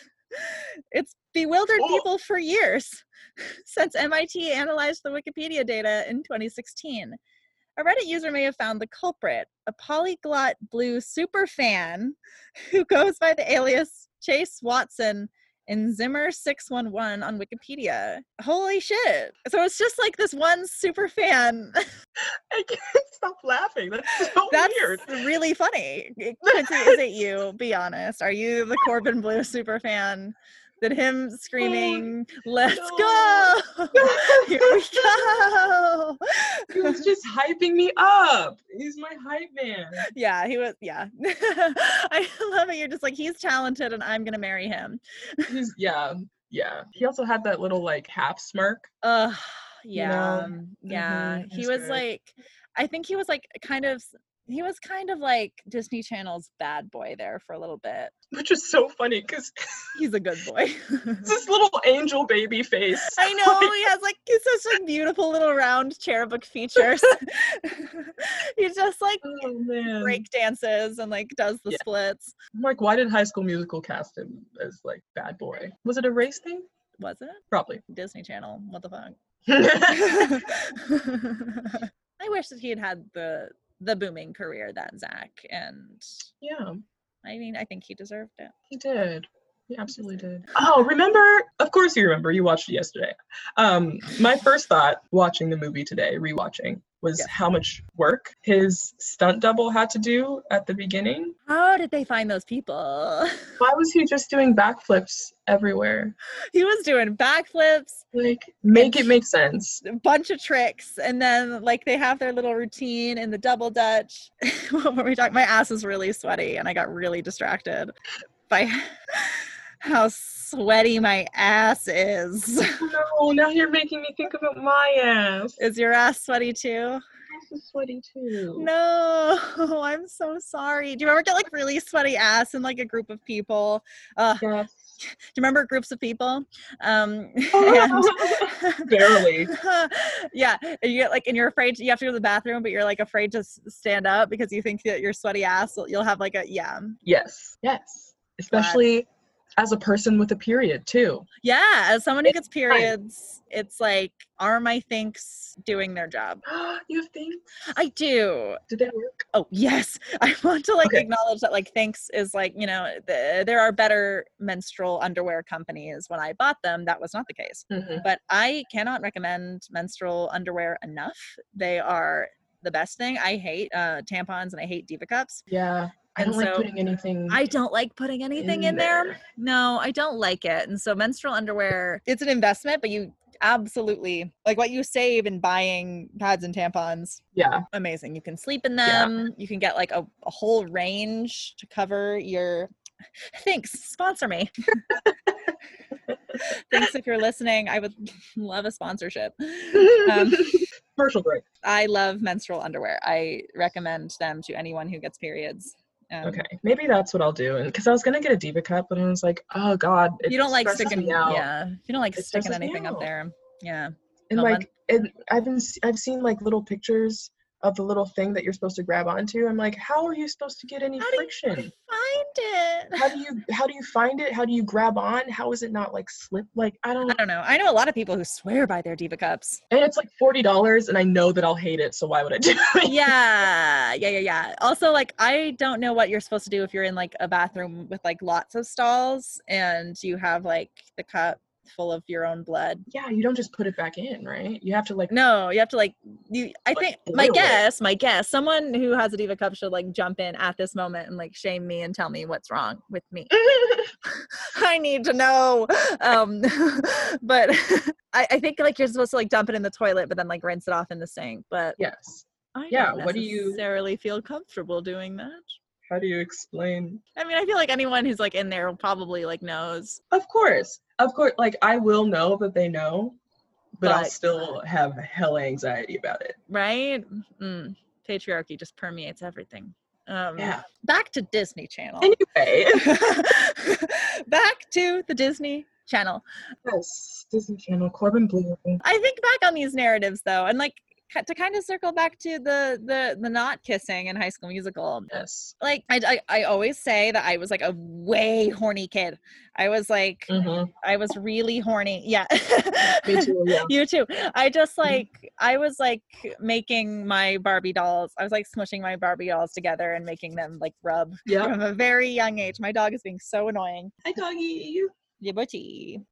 Speaker 4: It's bewildered
Speaker 3: Oh.
Speaker 4: people for years *laughs* since MIT analyzed the Wikipedia data in 2016. A Reddit user may have found the culprit, a polyglot blue superfan *laughs* who goes by the alias Chase Watson in Zimmer611 on Wikipedia. Holy shit. So it's just like this one super fan
Speaker 3: *laughs* I can't stop laughing. That's so
Speaker 4: *laughs* that's
Speaker 3: Oh, weird.
Speaker 4: really funny.
Speaker 3: *laughs*
Speaker 4: Quincy, is it you? Be honest. Are you the Corbin Blue super fan? Did him screaming, "Let's
Speaker 3: Oh, no.
Speaker 4: go, *laughs* here we go"? *laughs*
Speaker 3: He was just hyping me up. He's my hype man.
Speaker 4: Yeah, he was. Yeah, *laughs* I love it. You're just like he's talented, and I'm gonna marry him.
Speaker 3: He's yeah, yeah. He also had that little like half smirk.
Speaker 4: Ugh.
Speaker 3: You
Speaker 4: Yeah, um,
Speaker 3: know?
Speaker 4: yeah.
Speaker 3: Mhm,
Speaker 4: He
Speaker 3: that's
Speaker 4: was
Speaker 3: good.
Speaker 4: like, I think he was like kind of. He was kind of like Disney Channel's bad boy there for a little bit.
Speaker 3: which is so funny *laughs* because
Speaker 4: He's a good boy. *laughs*
Speaker 3: this little angel baby face. *laughs*
Speaker 4: I know he has like he's such a beautiful little round cherubic features. *laughs* he just like
Speaker 3: Oh man!
Speaker 4: break dances and like does the
Speaker 3: Yeah.
Speaker 4: splits.
Speaker 3: I'm like, why did High School Musical cast him as like bad boy? Was it a race thing?
Speaker 4: Was it
Speaker 3: Probably. *laughs*
Speaker 4: Disney Channel? What the fuck? *laughs*
Speaker 3: yeah,
Speaker 4: I wish that he had had the the booming career that Zach and I mean I think he deserved it.
Speaker 3: he did. You absolutely did. Oh, remember? Of course you remember. You watched it yesterday. Um, my first thought watching the movie today, rewatching, was
Speaker 4: Yeah.
Speaker 3: how much work his stunt double had to do at the beginning.
Speaker 4: How did they find those people?
Speaker 3: Why was he just doing backflips everywhere?
Speaker 4: *laughs* he was doing backflips,
Speaker 3: Like, make it make sense.
Speaker 4: a bunch of tricks, and then like they have their little routine in the double dutch. *laughs* what were we talking? My ass is really sweaty, and I got really distracted by *laughs* how sweaty my ass is. *laughs*
Speaker 3: No, now you're making me think about my ass.
Speaker 4: Is your ass sweaty too?
Speaker 3: ass is sweaty too.
Speaker 4: No, *laughs* I'm so sorry. Do you ever get like really sweaty ass in like a group of people? Uh, do
Speaker 3: Yes.
Speaker 4: you remember groups of people? Um,
Speaker 3: *laughs*
Speaker 4: *laughs* and- *laughs*
Speaker 3: Barely.
Speaker 4: yeah, and you get like, and you're afraid you have to go to the bathroom, but you're like afraid to s- stand up because you think that your sweaty ass. will- You'll have like a yeah,
Speaker 3: Yes. Yes. Especially as a person with a period too. *gasps*
Speaker 4: yeah. As someone who gets
Speaker 3: fine.
Speaker 4: periods, it's like are my thinks doing their job?
Speaker 3: you have things?
Speaker 4: I do.
Speaker 3: Did they work?
Speaker 4: oh yes *laughs* i want to like
Speaker 3: Okay.
Speaker 4: acknowledge that like thanks is like you know th- there are better menstrual underwear companies when i bought them that was not the case
Speaker 3: Mm-hmm.
Speaker 4: but i cannot recommend menstrual underwear enough they are the best thing i hate uh, tampons and i hate diva cups
Speaker 3: Yeah. I
Speaker 4: And
Speaker 3: don't like
Speaker 4: so
Speaker 3: putting anything.
Speaker 4: Mm-hmm.
Speaker 1: I don't like putting anything in there.
Speaker 4: no i don't like it and so menstrual underwear it's an investment but you absolutely like what you save in buying pads and tampons *laughs*
Speaker 3: Yeah.
Speaker 4: amazing. You can sleep in
Speaker 3: Yeah.
Speaker 4: them. You can get like a, a whole range to cover your. *laughs* Thanks, sponsor me. *laughs* Thanks if you're listening. I would *laughs* love a sponsorship. *laughs* Um,
Speaker 3: Commercial break.
Speaker 4: I love menstrual underwear. I recommend them to anyone who gets periods. Um,
Speaker 3: Okay. Maybe that's what I'll do. Because I was gonna get a diva cup, but I was like, oh god. it
Speaker 4: You don't like
Speaker 3: stresses
Speaker 4: sticking,
Speaker 3: me out.
Speaker 4: yeah. You don't like
Speaker 3: It
Speaker 4: sticking
Speaker 3: stresses me
Speaker 4: anything up
Speaker 3: out.
Speaker 4: there. Yeah.
Speaker 3: And
Speaker 4: the one-
Speaker 3: like, and I've been, s- I've seen like little pictures of the little thing that you're supposed to grab onto. I'm like, how are you supposed to get any
Speaker 4: How do you-
Speaker 3: friction?
Speaker 4: Find it.
Speaker 3: how do you how do you find it how do you grab on how is it not like slip like i don't
Speaker 4: I don't know. I know a lot of people who swear by their diva cups.
Speaker 3: and it's like $40 and i know that i'll hate it so why would i do it
Speaker 4: *laughs* yeah yeah yeah yeah also like i don't know what you're supposed to do if you're in like a bathroom with like lots of stalls and you have like the cup full of your own blood
Speaker 3: yeah you don't just put it back in right you have to like
Speaker 4: no you have to like you i
Speaker 3: Like,
Speaker 4: think my
Speaker 3: boil it.
Speaker 4: guess my guess someone who has a diva cup should like jump in at this moment and like shame me and tell me what's wrong with me *laughs* I need to know. Um, *laughs* but *laughs* I, I think like you're supposed to like dump it in the toilet, but then like rinse it off in the sink. But
Speaker 3: *laughs* yes
Speaker 4: I
Speaker 3: Yeah,
Speaker 4: don't
Speaker 3: what do you-
Speaker 4: necessarily feel comfortable doing that.
Speaker 3: how do you explain
Speaker 4: I mean, I feel like anyone who's like in there will probably like knows.
Speaker 3: of course of course like i will know that they know but, i'll
Speaker 4: But-
Speaker 3: still have hella anxiety about it
Speaker 4: right? Mm, patriarchy just permeates everything. Um,
Speaker 3: yeah
Speaker 4: Back to Disney Channel.
Speaker 3: anyway
Speaker 4: *laughs* back to the Disney Channel.
Speaker 3: yes disney channel corbin blue
Speaker 4: I think back on these narratives though, and like ki- to kind of circle back to the the the not kissing in High School Musical.
Speaker 3: yes
Speaker 4: Like I, I, I always say that I was like a way horny kid. I was like
Speaker 3: mm-hmm.
Speaker 4: I was really horny. Yeah.
Speaker 3: me too *laughs* yeah Mm-hmm.
Speaker 4: *laughs* you too. I just like I was like making my Barbie dolls. I was like smushing my Barbie dolls together and making them like rub
Speaker 3: yeah
Speaker 4: from a very young age. My dog is being so annoying.
Speaker 3: hi doggy
Speaker 4: Yabuchi.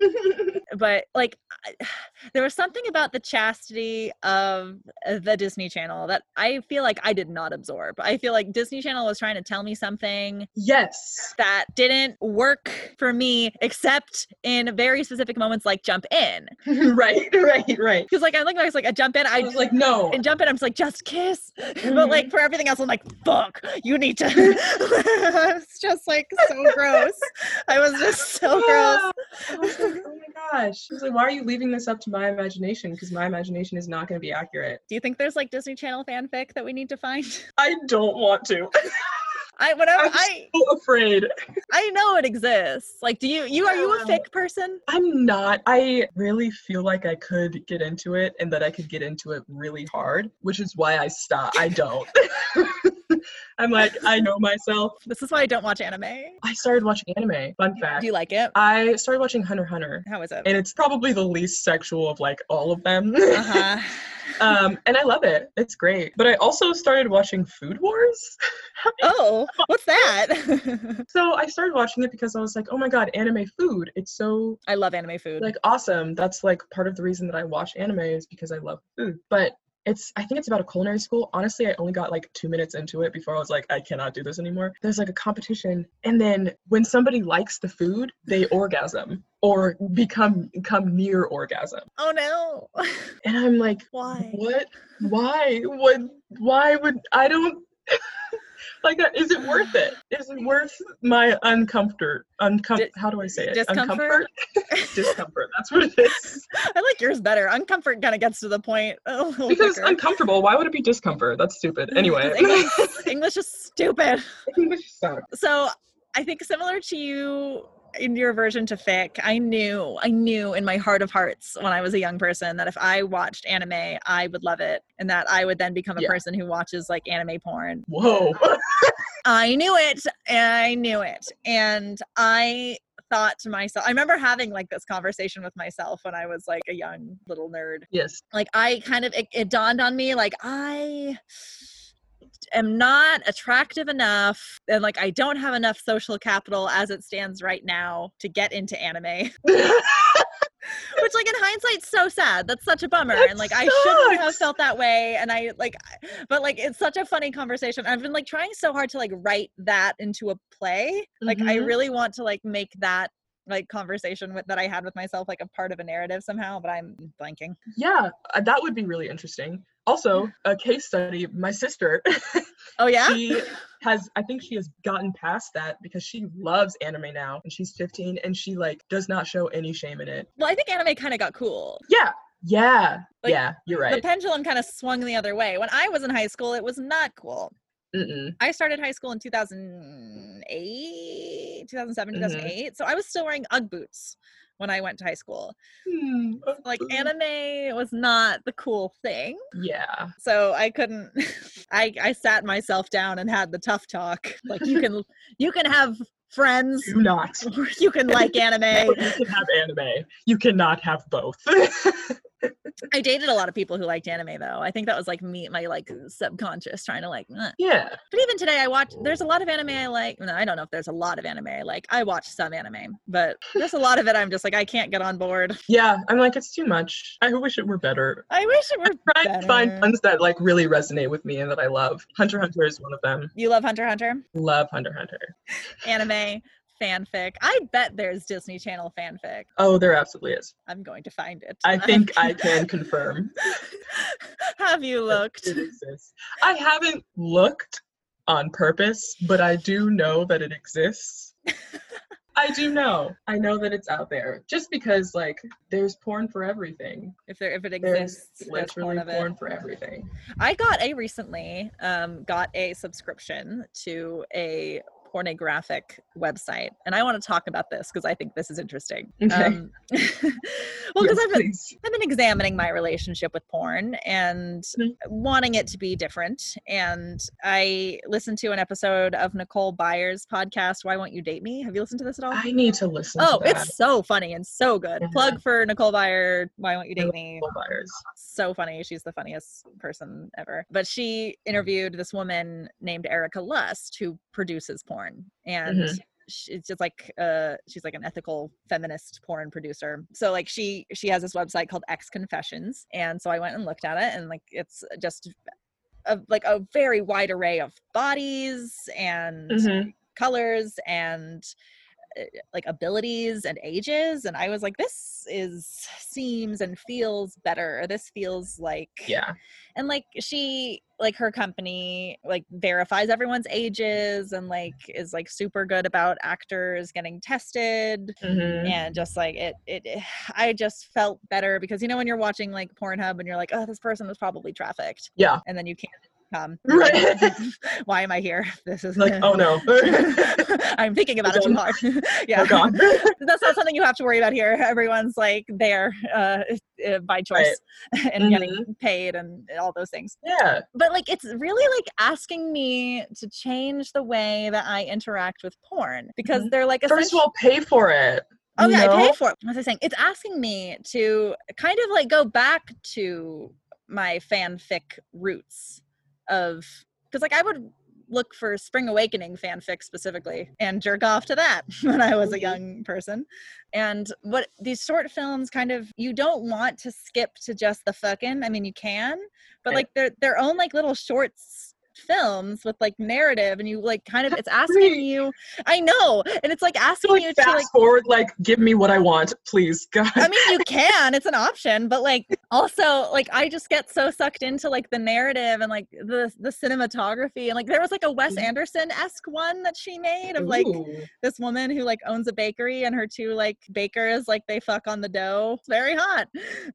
Speaker 4: But like I- *sighs* there was something about the chastity of uh, the Disney Channel that I feel like I did not absorb. I feel like Disney Channel was trying to tell me something
Speaker 3: *laughs* yes
Speaker 4: that didn't work for me except in very specific moments like jump in.
Speaker 3: *laughs* right right right
Speaker 4: Because like I'm looking at this, like a jump in,
Speaker 3: I
Speaker 4: I
Speaker 3: was like, no. *laughs*
Speaker 4: and jump in. I'm just like, just kiss. But like for everything else, I'm like, fuck, you need *laughs* to. I was just like so gross. *laughs* I was just so gross. *laughs*
Speaker 3: I was like, oh my gosh. I was like, why are you leaving this up to my imagination? Because my imagination is not going to be accurate.
Speaker 4: Do you think there's like Disney Channel fanfic that we need to find?
Speaker 3: I don't want to. *laughs*
Speaker 4: I whatever
Speaker 3: I'm just-
Speaker 4: I
Speaker 3: so afraid.
Speaker 4: I know it exists. Like, do you you are you a
Speaker 3: Um,
Speaker 4: fic person?
Speaker 3: I'm not. I really feel like I could get into it and that I could get into it really hard, which is why I stop. I don't. *laughs* I'm like, I know myself.
Speaker 4: This is why I don't watch anime.
Speaker 3: I started watching anime. Fun fact.
Speaker 4: Do you like it?
Speaker 3: I started watching Hunter x Hunter,
Speaker 4: How is it?
Speaker 3: *laughs* and it's probably the least sexual of like all of them. *laughs*
Speaker 4: Uh-huh.
Speaker 3: um, and I love it. It's great. But I also started watching Food Wars. *laughs*
Speaker 4: oh, what's that? *laughs*
Speaker 3: So I started watching it because I was like, oh my god, anime food. It's so
Speaker 4: I love anime food.
Speaker 3: like awesome. That's like part of the reason that I watch anime is because I love food. But it's I think it's about a culinary school. Honestly, I only got like two minutes into it before I was like, I cannot do this anymore. There's like a competition, and then when somebody likes the food, they orgasm or become come near orgasm.
Speaker 4: oh no. *laughs*
Speaker 3: And I'm like,
Speaker 4: Why?
Speaker 3: what? Why? What? Why would I don't? *laughs* like, uh, is it worth it? Is it worth my uncomfort? Uncom-
Speaker 4: Di-
Speaker 3: how do I say it?
Speaker 4: discomfort? *laughs*
Speaker 3: Uncomfort? discomfort. That's what it is.
Speaker 4: I like yours better. Uncomfort kind of gets to the point. *laughs* Oh, a little
Speaker 3: Because
Speaker 4: quicker.
Speaker 3: uncomfortable. Why would it be discomfort? That's stupid.
Speaker 4: *laughs* 'Cause
Speaker 3: Anyway.
Speaker 4: English, English is stupid.
Speaker 3: English sucks.
Speaker 4: So I think similar to you in your version to fic, I knew, I knew in my heart of hearts when I was a young person that if I watched anime, I would love it, and that I would then become a
Speaker 3: Yeah.
Speaker 4: person who watches like anime porn.
Speaker 3: *laughs* Whoa.
Speaker 4: I knew it. I knew it. And I thought to myself, I remember having like this conversation with myself when I was like a young little nerd.
Speaker 3: yes.
Speaker 4: Like I kind of, it, it dawned on me, like I am not attractive enough and like I don't have enough social capital as it stands right now to get into anime. *laughs* Which, like in hindsight, so sad. That's such a bummer,
Speaker 3: That
Speaker 4: and like I shouldn't have
Speaker 3: sucks.
Speaker 4: felt that way. And I like, I- but like it's such a funny conversation. I've been like trying so hard to like write that into a play. Like I
Speaker 3: Mhm.
Speaker 4: really want to like make that like conversation with that I had with myself like a part of a narrative somehow. But I'm blanking.
Speaker 3: *laughs* yeah, uh, that would be really interesting. Also, a case study. My sister, *laughs*
Speaker 4: Oh yeah,
Speaker 3: she has. I think she has gotten past that because she loves anime now, and she's 15, and she like does not show any shame in it.
Speaker 4: well I think anime kind of got cool.
Speaker 3: Yeah. Yeah.
Speaker 4: Like,
Speaker 3: yeah. You're
Speaker 4: The
Speaker 3: right.
Speaker 4: pendulum kind of swung the other way. When I was in high school, it was not cool.
Speaker 3: Mm-mm.
Speaker 4: I started high school in 2008, 2007,
Speaker 3: Mhm.
Speaker 4: 2008. So I was still wearing Ugg boots when I went to high school.
Speaker 3: Hmm, uh,
Speaker 4: Like
Speaker 3: mm.
Speaker 4: anime was not the cool thing. *laughs*
Speaker 3: Yeah.
Speaker 4: So I couldn't *laughs* I I sat myself down and had the tough talk. Like you can you can have friends
Speaker 3: Do not.
Speaker 4: or *laughs* you can like anime.
Speaker 3: *laughs* But you can have anime. You cannot have both. *laughs*
Speaker 4: I dated a lot of people who liked anime though. I think that was like me my like subconscious trying to like "Nah,
Speaker 3: yeah.
Speaker 4: But even today, I watch. There's
Speaker 3: Oh.
Speaker 4: a lot of anime I like. No, I don't know if there's a lot of anime I like. I watch some anime, but there's a lot of it I'm just like I can't get on board. *laughs*
Speaker 3: Yeah. I'm like, it's too much. I wish it were better.
Speaker 4: I wish it were
Speaker 3: Trying to find
Speaker 4: Better.
Speaker 3: puns that like really resonate with me and that I love. Hunter x Hunter is one of them.
Speaker 4: you love Hunter x Hunter
Speaker 3: Love Hunter x Hunter.
Speaker 4: anime fanfic. I bet there's Disney Channel fanfic.
Speaker 3: Oh, there absolutely is.
Speaker 4: I'm going to find it. *laughs*
Speaker 3: I think I can confirm.
Speaker 4: Have you looked?
Speaker 3: It exists. I haven't looked on purpose, but I do know that it
Speaker 4: *laughs*
Speaker 3: exists. I do know. I know that it's out there. Just because like there's porn for everything.
Speaker 4: If there if it
Speaker 3: There's
Speaker 4: exists, there's
Speaker 3: literally
Speaker 4: porn of it.
Speaker 3: porn for everything.
Speaker 4: I got a recently um, got a subscription to a pornographic website, and I want to talk about this because I think this is interesting.
Speaker 3: Okay.
Speaker 4: Um, *laughs* well,
Speaker 3: Yes,
Speaker 4: because I've been
Speaker 3: please.
Speaker 4: I've been examining my relationship with porn and
Speaker 3: Mhm.
Speaker 4: wanting it to be different. And I listened to an episode of Nicole Byers' podcast, Why Won't You Date Me? Have you listened to this at all?
Speaker 3: I need to listen
Speaker 4: oh,
Speaker 3: to that.
Speaker 4: it's so funny and so good.
Speaker 3: Mhm.
Speaker 4: Plug for Nicole Byer, Why Won't You Date Me?
Speaker 3: Nicole Byers.
Speaker 4: *laughs* so funny. She's the funniest person ever. But she interviewed this woman named Erica Lust who produces porn and
Speaker 3: Mhm.
Speaker 4: she- it's just like uh she's like an ethical feminist porn producer so like she she has this website called x confessions and so i went and looked at it and like it's just a, like a very wide array of bodies and
Speaker 3: Mhm.
Speaker 4: colors and uh, like abilities and ages and i was like this is seems and feels better or this feels like
Speaker 3: Yeah.
Speaker 4: and like she like her company like verifies everyone's
Speaker 3: Mm.
Speaker 4: ages and like is like super good about actors getting tested
Speaker 3: Mhm.
Speaker 4: and just like it, it it- i just felt better because you know when you're watching like pornhub and you're like oh this person was probably trafficked
Speaker 3: Yeah.
Speaker 4: and then you can't come
Speaker 3: Right.
Speaker 4: *laughs* why am i here *laughs* this is
Speaker 3: Like, oh no.
Speaker 4: I'm thinking about it too hard. *laughs*
Speaker 3: *laughs*
Speaker 4: yeah,
Speaker 3: Oh god.
Speaker 4: *laughs* that's not something you have to worry about here. Everyone's like there uh, *laughs* uh, by choice *laughs* and
Speaker 3: Mm-hmm.
Speaker 4: getting paid and all those things.
Speaker 3: yeah.
Speaker 4: But like, it's really like asking me to change the way that I interact with porn because
Speaker 3: Mhm.
Speaker 4: they're like
Speaker 3: First of
Speaker 4: essentially-
Speaker 3: all, pay for it.
Speaker 4: Oh
Speaker 3: you
Speaker 4: yeah, I
Speaker 3: know?
Speaker 4: pay for it. What was I saying? It's asking me to kind of like go back to my fanfic roots of because like I would look for Spring Awakening fanfic specifically and jerk off to that *laughs* when I was a
Speaker 3: Mm-hmm.
Speaker 4: young person. And what these short films kind of you don't want to skip to just the fucking. I mean, you can, but
Speaker 3: Right.
Speaker 4: like they're their own like little shorts films with like narrative and you like kind of it's
Speaker 3: Great.
Speaker 4: asking you I know and it's like
Speaker 3: So,
Speaker 4: asking
Speaker 3: like,
Speaker 4: you to
Speaker 3: fast
Speaker 4: like
Speaker 3: forward, like, give me what I want, please, *laughs* God.
Speaker 4: I mean, you can. It's an option, but like also like I just get so sucked into like the narrative and like the the cinematography and like there was like a Wes
Speaker 3: Mhm.
Speaker 4: Anderson esque one that she made of like
Speaker 3: Ooh.
Speaker 4: this woman who like owns a bakery and her two like bakers like they fuck on the dough. It's very hot.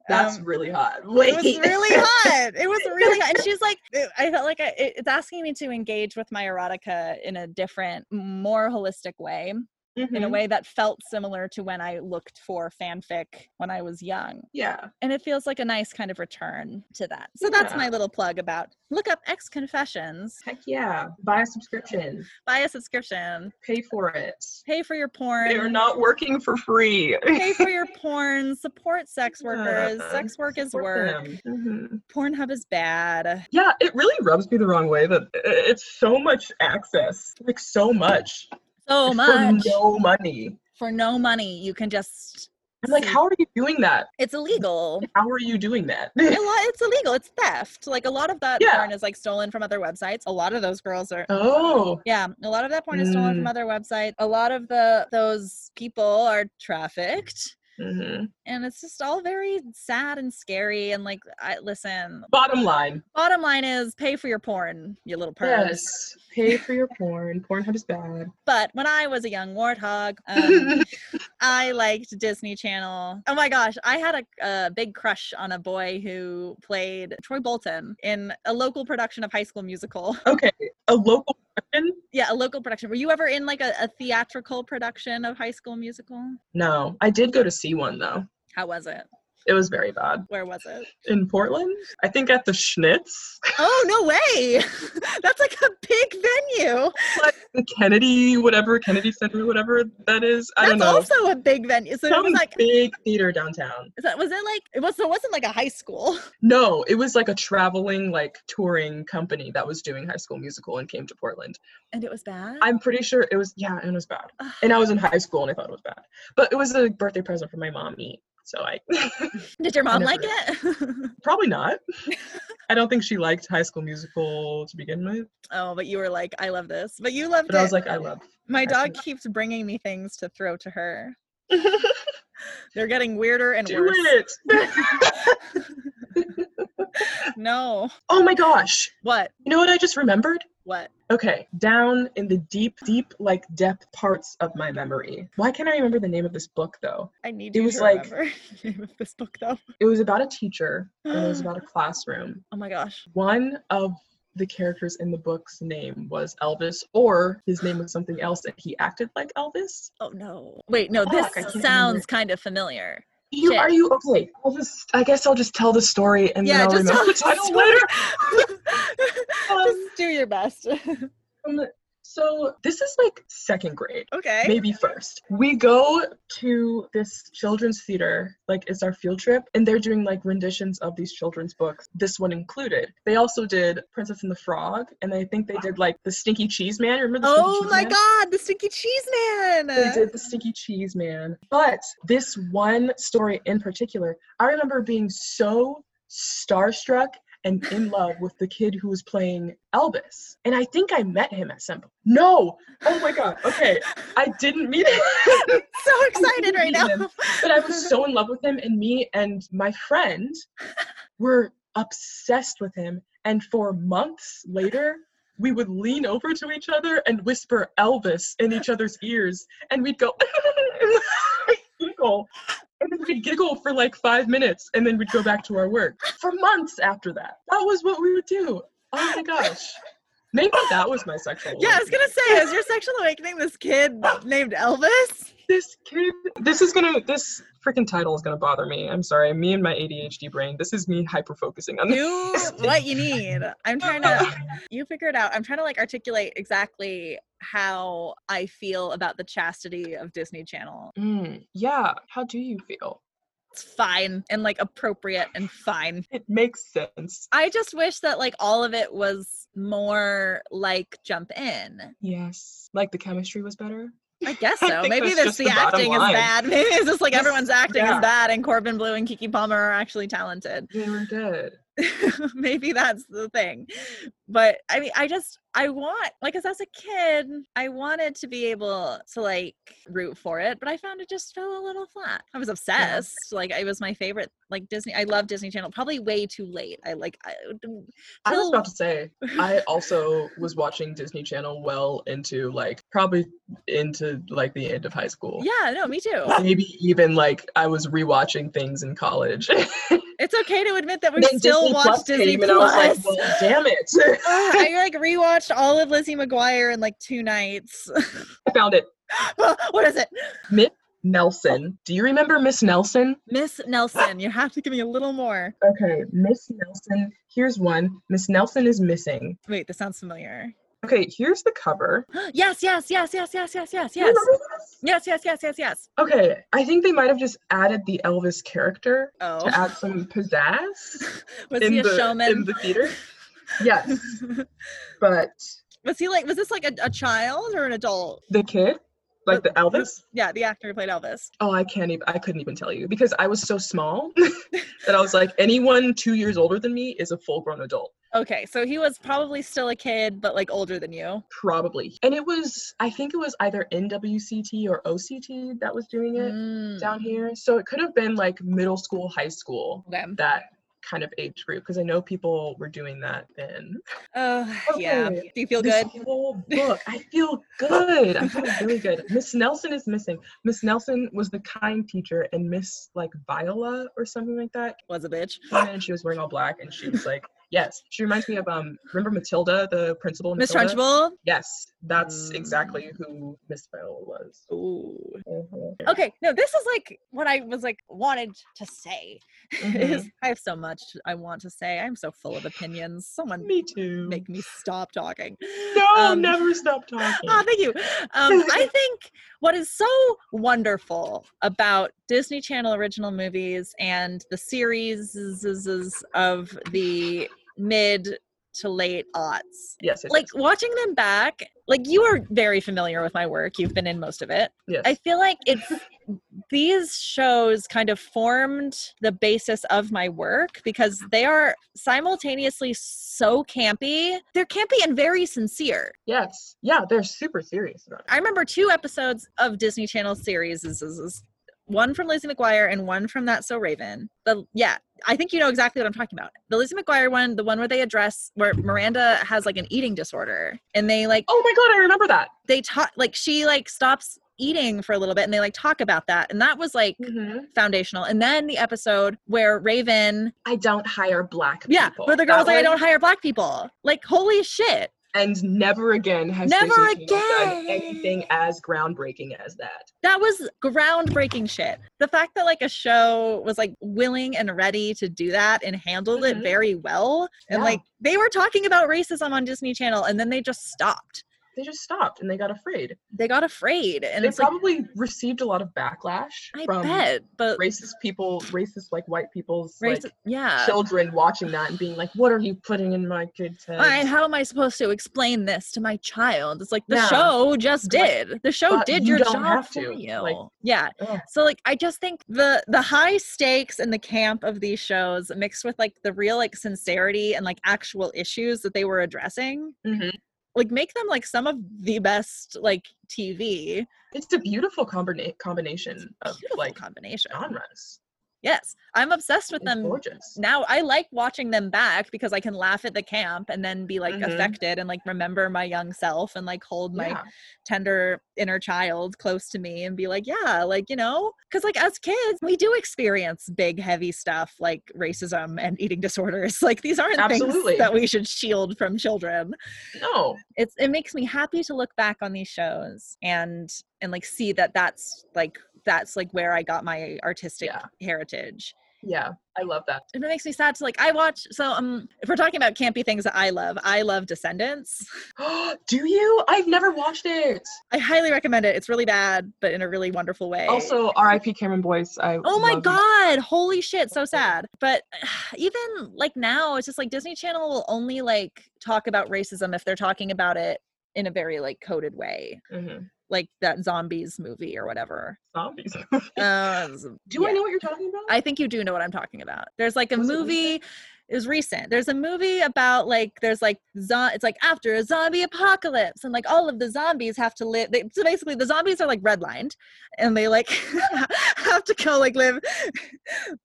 Speaker 3: that's
Speaker 4: Um,
Speaker 3: really hot.
Speaker 4: it was
Speaker 3: Wait. *laughs*
Speaker 4: really hot. It was really hot. And she's like, it- I felt like I, it- it's asking me to engage with my erotica in a different, more holistic way in a
Speaker 3: Mhm.
Speaker 4: way that felt similar to when I looked for fanfic when I was young.
Speaker 3: Yeah.
Speaker 4: And it feels like a nice kind of return to that. So that's
Speaker 3: Yeah.
Speaker 4: my little plug about look up X Confessions,
Speaker 3: Heck yeah. Buy a subscription.
Speaker 4: buy a subscription,
Speaker 3: Pay for it.
Speaker 4: pay for your
Speaker 3: They are
Speaker 4: porn.
Speaker 3: not working for free. *laughs*
Speaker 4: Pay for your porn, support sex workers.
Speaker 3: Yeah,
Speaker 4: Sex work is
Speaker 3: support
Speaker 4: work. Mm-hmm.
Speaker 3: them. Mhm.
Speaker 4: Pornhub is bad.
Speaker 3: Yeah, it really rubs me the wrong way that i- it's so much access, like so much
Speaker 4: So much.
Speaker 3: for no money.
Speaker 4: for no money you can just
Speaker 3: I'm like,
Speaker 4: see-
Speaker 3: how are you doing that?
Speaker 4: it's illegal
Speaker 3: How are you doing that?
Speaker 4: a lot it's illegal it's theft like a lot of that
Speaker 3: Yeah.
Speaker 4: porn is like stolen from other websites a lot of those girls are
Speaker 3: *laughs* oh,
Speaker 4: yeah a lot of that porn is stolen from
Speaker 3: Mm.
Speaker 4: other websites a lot of the those people are trafficked
Speaker 3: mhm.
Speaker 4: and it's just all very sad and scary and like i listen
Speaker 3: bottom line.
Speaker 4: bottom line is pay for your porn you little pervs
Speaker 3: Yes, pay for your porn. Pornhub is bad.
Speaker 4: but when i was a young warthog um,
Speaker 3: *laughs*
Speaker 4: I liked Disney Channel. Oh my gosh, I had a, a big crush on a boy who played Troy Bolton in a local production of High School Musical. *laughs*
Speaker 3: okay, a local production?
Speaker 4: yeah, a local production. Were you ever in like a, a theatrical production of High School Musical?
Speaker 3: No, I did go to see one though.
Speaker 4: How was it?
Speaker 3: It was very bad
Speaker 4: Where was it?
Speaker 3: in Portland. I think at the Schnitz, *laughs*
Speaker 4: Oh no way! *laughs* That's like a big venue.
Speaker 3: like the Kennedy, whatever Kennedy Center, whatever that is. I don't
Speaker 4: That's
Speaker 3: know.
Speaker 4: also a big venue. So it was
Speaker 3: Some
Speaker 4: like,
Speaker 3: big theater downtown.
Speaker 4: is that- was it like it was? So it wasn't like a high school.
Speaker 3: No, it was like a traveling, like touring company that was doing High School Musical and came to Portland.
Speaker 4: And it was bad.
Speaker 3: I'm pretty sure it was, yeah, it was bad.
Speaker 4: Ugh.
Speaker 3: And I was in high school and I thought it was bad. But it was a birthday present for my mommy. So I *laughs*
Speaker 4: Did your mom like
Speaker 3: never-
Speaker 4: it? *laughs*
Speaker 3: probably not. I don't think she liked High School Musical to begin with.
Speaker 4: oh, but you were like, I love this. But you loved
Speaker 3: But
Speaker 4: it.
Speaker 3: I was like, I love.
Speaker 4: My dog
Speaker 3: Excellent.
Speaker 4: keeps bringing me things to throw to *laughs* her.
Speaker 3: Do
Speaker 4: They're getting weirder and worse.
Speaker 3: it.
Speaker 4: No.
Speaker 3: oh my gosh.
Speaker 4: What?
Speaker 3: You know what I just remembered?
Speaker 4: What?
Speaker 3: Okay, down in the deep, deep, like depth parts of my memory. Why can't I remember the name of this book though?
Speaker 4: I need
Speaker 3: It
Speaker 4: you
Speaker 3: was
Speaker 4: to
Speaker 3: like-
Speaker 4: remember *laughs* the name of this book though.
Speaker 3: It was about a teacher and
Speaker 4: *gasps*
Speaker 3: it was about a classroom.
Speaker 4: Oh my gosh.
Speaker 3: One of the characters in the book's name was Elvis, or his name was something else and he acted like Elvis.
Speaker 4: Oh no. Wait, no, this
Speaker 3: Fuck, I can't remember.
Speaker 4: sounds kind of familiar.
Speaker 3: You
Speaker 4: Shit.
Speaker 3: are you okay? I'll just I guess I'll just tell the story and
Speaker 4: Yeah,
Speaker 3: then I'll
Speaker 4: just
Speaker 3: remember
Speaker 4: tell
Speaker 3: the
Speaker 4: *laughs* the
Speaker 3: *laughs* title
Speaker 4: story.
Speaker 3: later.
Speaker 4: *laughs*
Speaker 3: Um,
Speaker 4: Just do your best. *laughs*
Speaker 3: um, so this is like second grade.
Speaker 4: okay.
Speaker 3: maybe first. We go to this children's theater, like it's our field trip, and they're doing like renditions of these children's books, this one included. They also did Princess and the Frog, and I think they did like the Stinky Cheese Man. Remember the Stinky
Speaker 4: Oh
Speaker 3: Cheese
Speaker 4: my
Speaker 3: Man?
Speaker 4: god, the stinky cheese man.
Speaker 3: They did *laughs* the Stinky Cheese Man. But this one story in particular, I remember being so starstruck and
Speaker 4: *laughs*
Speaker 3: in love with the kid who was playing Elvis. And I think I met him at some point. No! Oh my god. Okay. I didn't meet him.
Speaker 4: *laughs*
Speaker 3: *laughs*
Speaker 4: so excited right now.
Speaker 3: didn't but I was so in love with him, and me and my friend were obsessed with him. And for months later, we would lean over to each other and whisper Elvis in each other's ears, and we'd go *laughs* giggle, and then we'd giggle for like five minutes, and then we'd go back to our work for months after that. That was what we would do. Oh my gosh. Maybe that was my sexual.
Speaker 4: *laughs* yeah, I
Speaker 3: awakening.
Speaker 4: was gonna
Speaker 3: *laughs*
Speaker 4: say, is your sexual awakening this kid named Elvis?
Speaker 3: this kid this is gonna this freaking title is gonna bother me i'm sorry me and my adhd brain this is me hyper focusing on this *laughs*
Speaker 4: do what you need. I'm trying to you figure it out. I'm trying to like articulate exactly how I feel about the chastity of Disney Channel.
Speaker 3: Mm, yeah how do you feel
Speaker 4: it's fine and like appropriate and fine.
Speaker 3: It makes sense.
Speaker 4: I just wish that like all of it was more like jump in.
Speaker 3: Yes. Like the chemistry was better.
Speaker 4: I guess
Speaker 3: *laughs* I
Speaker 4: so.
Speaker 3: think
Speaker 4: Maybe
Speaker 3: that's just
Speaker 4: this the
Speaker 3: the bottom
Speaker 4: acting is
Speaker 3: line.
Speaker 4: bad. *laughs* Maybe it's just like
Speaker 3: This-
Speaker 4: everyone's acting
Speaker 3: yeah.
Speaker 4: is bad and Corbin Blue and Kiki Palmer are actually talented. *laughs*
Speaker 3: They were good.
Speaker 4: Maybe that's the thing. But I mean I just I want like as as a kid, I wanted to be able to like root for it, but I found it just fell a little flat. I was obsessed. Like it was my favorite like Disney I love Disney Channel. Probably way too late. I like I,
Speaker 3: I was
Speaker 4: till-
Speaker 3: about to say, I also was watching Disney Channel well into like probably into like the end of high school.
Speaker 4: Yeah, no,
Speaker 3: *laughs*
Speaker 4: me too.
Speaker 3: Maybe even like I was rewatching things in college. *laughs*
Speaker 4: It's okay to admit that we
Speaker 3: And then
Speaker 4: still watch Disney
Speaker 3: and I
Speaker 4: Plus.
Speaker 3: was like, well, damn *laughs* it.
Speaker 4: Ugh, *laughs* I
Speaker 3: *laughs*
Speaker 4: like rewatched all of Lizzie McGuire in like two nights. *laughs*
Speaker 3: I found it.
Speaker 4: what is it?
Speaker 3: Nelson. Do you remember Miss Nelson?
Speaker 4: Miss Nelson. You have to give me a little more.
Speaker 3: Okay, Miss Nelson. Here's one. Miss Nelson is missing.
Speaker 4: Wait, this sounds familiar. *gasps*
Speaker 3: Okay, here's the cover.
Speaker 4: yes, yes, yes, yes, yes, yes, yes,
Speaker 3: Do you
Speaker 4: yes.
Speaker 3: remember this?
Speaker 4: Yes, yes, yes, yes, yes.
Speaker 3: Okay, I think they might have just added the Elvis character
Speaker 4: Oh.
Speaker 3: to add some *laughs* pizzazz
Speaker 4: Was
Speaker 3: in
Speaker 4: he a
Speaker 3: the in
Speaker 4: showman?
Speaker 3: the theater. Yes, *laughs* but
Speaker 4: *laughs* was he like was this like a, a child or an adult?
Speaker 3: the kid, like the Elvis.
Speaker 4: Yeah, the actor who played Elvis.
Speaker 3: Oh, I can't even. I couldn't even tell you because I was so small *laughs* that I was like, anyone two years older than me is a full-grown adult.
Speaker 4: Okay, so he was probably still a kid, but like older than you.
Speaker 3: probably and it was i think it was either nwct or oct that was doing it
Speaker 4: Mm,
Speaker 3: down here so it could have been like middle school high school
Speaker 4: Okay.
Speaker 3: that kind of age group because i know people were doing that then
Speaker 4: Oh, yeah. Do
Speaker 3: Okay,
Speaker 4: you feel
Speaker 3: this
Speaker 4: good? *laughs*
Speaker 3: whole book i feel good i feel really good miss nelson is missing miss nelson was the kind teacher and miss like viola or something like that
Speaker 4: Was a bitch.
Speaker 3: came in and she was wearing all black and she was like yes she reminds me of um remember matilda the principal in
Speaker 4: Miss
Speaker 3: Matilda?
Speaker 4: Trunchbull.
Speaker 3: Yes, that's
Speaker 4: Mm.
Speaker 3: exactly who Miss Viola was.
Speaker 4: Ooh.
Speaker 3: Mhm.
Speaker 4: Okay, no, this is like what I was like wanted to say. *laughs*
Speaker 3: Mm-hmm.
Speaker 4: Is I have so much I want to say. I'm so full of opinions. Someone
Speaker 3: Me too.
Speaker 4: make me stop talking.
Speaker 3: no,
Speaker 4: um,
Speaker 3: never stop talking.
Speaker 4: *laughs* Ah, thank you. Um,
Speaker 3: *laughs*
Speaker 4: I think what is so wonderful about Disney Channel original movies and the series of the mid to late aughts
Speaker 3: yes, yes,
Speaker 4: like
Speaker 3: yes,
Speaker 4: watching them back like you are very familiar with my work you've been in most of it
Speaker 3: yes.
Speaker 4: i feel like it's these shows kind of formed the basis of my work because they are simultaneously so campy they're campy and very sincere
Speaker 3: yes, yeah, they're super serious about it.
Speaker 4: i remember two episodes of disney channel series is, is, is one from lizzie mcguire and one from that so raven the yeah i think you know exactly what i'm talking about the lizzie mcguire one the one where they address where miranda has like an eating disorder and they like
Speaker 3: Oh my god, I remember that.
Speaker 4: they talk like she like stops eating for a little bit and they like talk about that and that was like
Speaker 3: Mm-hmm.
Speaker 4: foundational and then the episode where raven
Speaker 3: I don't hire black
Speaker 4: yeah
Speaker 3: people.
Speaker 4: where the girl's
Speaker 3: That
Speaker 4: like i
Speaker 3: one,
Speaker 4: don't hire black people like holy shit
Speaker 3: And never again has
Speaker 4: Never
Speaker 3: Disney Channel done
Speaker 4: again.
Speaker 3: anything as groundbreaking as that.
Speaker 4: that was groundbreaking shit the fact that like a show was like willing and ready to do that and handled it
Speaker 3: Mhm.
Speaker 4: very well and
Speaker 3: Yeah.
Speaker 4: like they were talking about racism on disney channel and then they just stopped
Speaker 3: They just stopped and they got afraid.
Speaker 4: they got afraid and
Speaker 3: they
Speaker 4: it's like
Speaker 3: probably received a lot of backlash
Speaker 4: i
Speaker 3: from
Speaker 4: bet but
Speaker 3: racist people, racist like white people's
Speaker 4: raci-
Speaker 3: like,
Speaker 4: yeah
Speaker 3: children watching that and being like, "What are you putting in my kid's head?"
Speaker 4: I, how am I supposed to explain this to my child? It's like the
Speaker 3: Yeah.
Speaker 4: show just
Speaker 3: Like,
Speaker 4: did. The show
Speaker 3: but
Speaker 4: did
Speaker 3: you
Speaker 4: your
Speaker 3: don't
Speaker 4: job
Speaker 3: have
Speaker 4: for
Speaker 3: to.
Speaker 4: you.
Speaker 3: Like,
Speaker 4: yeah.
Speaker 3: ugh.
Speaker 4: So like I just think the the high stakes and the camp of these shows mixed with like the real like sincerity and like actual issues that they were addressing
Speaker 3: Mhm.
Speaker 4: like make them like some of the best like TV
Speaker 3: It's a beautiful combina- combination of
Speaker 4: beautiful
Speaker 3: like
Speaker 4: combination.
Speaker 3: genres.
Speaker 4: Yes, I'm obsessed with
Speaker 3: It's
Speaker 4: them
Speaker 3: gorgeous.
Speaker 4: now I like watching them back because I can laugh at the camp and then be like
Speaker 3: Mhm.
Speaker 4: affected and like remember my young self and like hold my
Speaker 3: yeah.
Speaker 4: tender inner child close to me and be like, yeah, like, you know, because like as kids, we do experience big, heavy stuff like racism and eating disorders. *laughs* Like these aren't
Speaker 3: Absolutely.
Speaker 4: things that we should shield from children.
Speaker 3: No,
Speaker 4: It's it makes me happy to look back on these shows and and like see that that's like that's like where I got my artistic
Speaker 3: Yeah.
Speaker 4: heritage.
Speaker 3: Yeah, I love that. *gasps*
Speaker 4: It makes me sad to like I watch so um if we're talking about campy things that I love, I love Descendants.
Speaker 3: Do you? I've never watched it.
Speaker 4: I highly recommend it. It's really bad, but in a really wonderful way.
Speaker 3: Also, R.I.P. Cameron Boyce. I
Speaker 4: Eh. Oh my
Speaker 3: love you.
Speaker 4: god, holy shit, so sad. But *sighs* even like now, it's just like Disney Channel will only like talk about racism if they're talking about it in a very like coded way,
Speaker 3: Mhm.
Speaker 4: like that zombies movie or
Speaker 3: *laughs*
Speaker 4: whatever.
Speaker 3: Zombies.
Speaker 4: Uh,
Speaker 3: Do
Speaker 4: yeah.
Speaker 3: I know what you're talking about?
Speaker 4: I think you do know what I'm talking about. There's like a
Speaker 3: Was it
Speaker 4: movie. It was recent. There's a movie about like there's like zo- it's like after a zombie apocalypse and like all of the zombies have to live. They, so basically, the zombies are like redlined, and they like *laughs* have to go like live *laughs*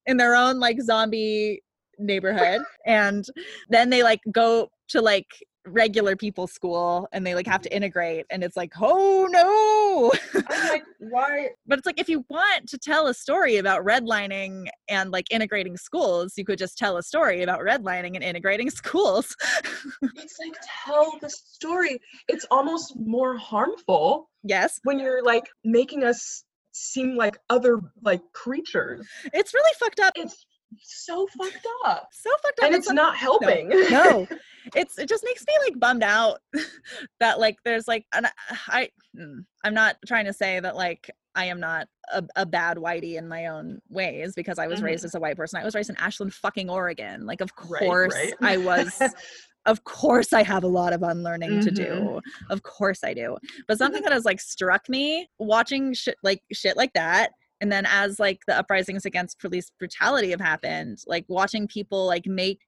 Speaker 4: in their own like zombie neighborhood, and then they like go to like regular people school and they like have
Speaker 3: Mm-hmm.
Speaker 4: to integrate and it's like oh no *laughs*
Speaker 3: I'm like, why?
Speaker 4: but it's like if you want to tell a story about redlining and like integrating schools you could just tell a story about redlining and integrating *laughs* schools
Speaker 3: It's like tell the story. It's almost more harmful
Speaker 4: yes
Speaker 3: when you're like making us seem like other like creatures.
Speaker 4: it's really fucked up
Speaker 3: It's so fucked up.
Speaker 4: so fucked up
Speaker 3: And it's
Speaker 4: like-
Speaker 3: not helping. *laughs*
Speaker 4: *laughs* no it's it just makes me like bummed out *laughs* that like there's like an i mm, i'm not trying to say that like i am not a, a bad whitey in my own ways because i was
Speaker 3: Mhm.
Speaker 4: raised as a white person i was raised in ashland fucking oregon like of
Speaker 3: *laughs* Right,
Speaker 4: course
Speaker 3: right.
Speaker 4: i was of course I have a lot of unlearning to
Speaker 3: Mm-hmm.
Speaker 4: do. Of course I do. But something that has like struck me watching shit like shit like that and then as like the uprisings against police brutality have happened, like watching people like make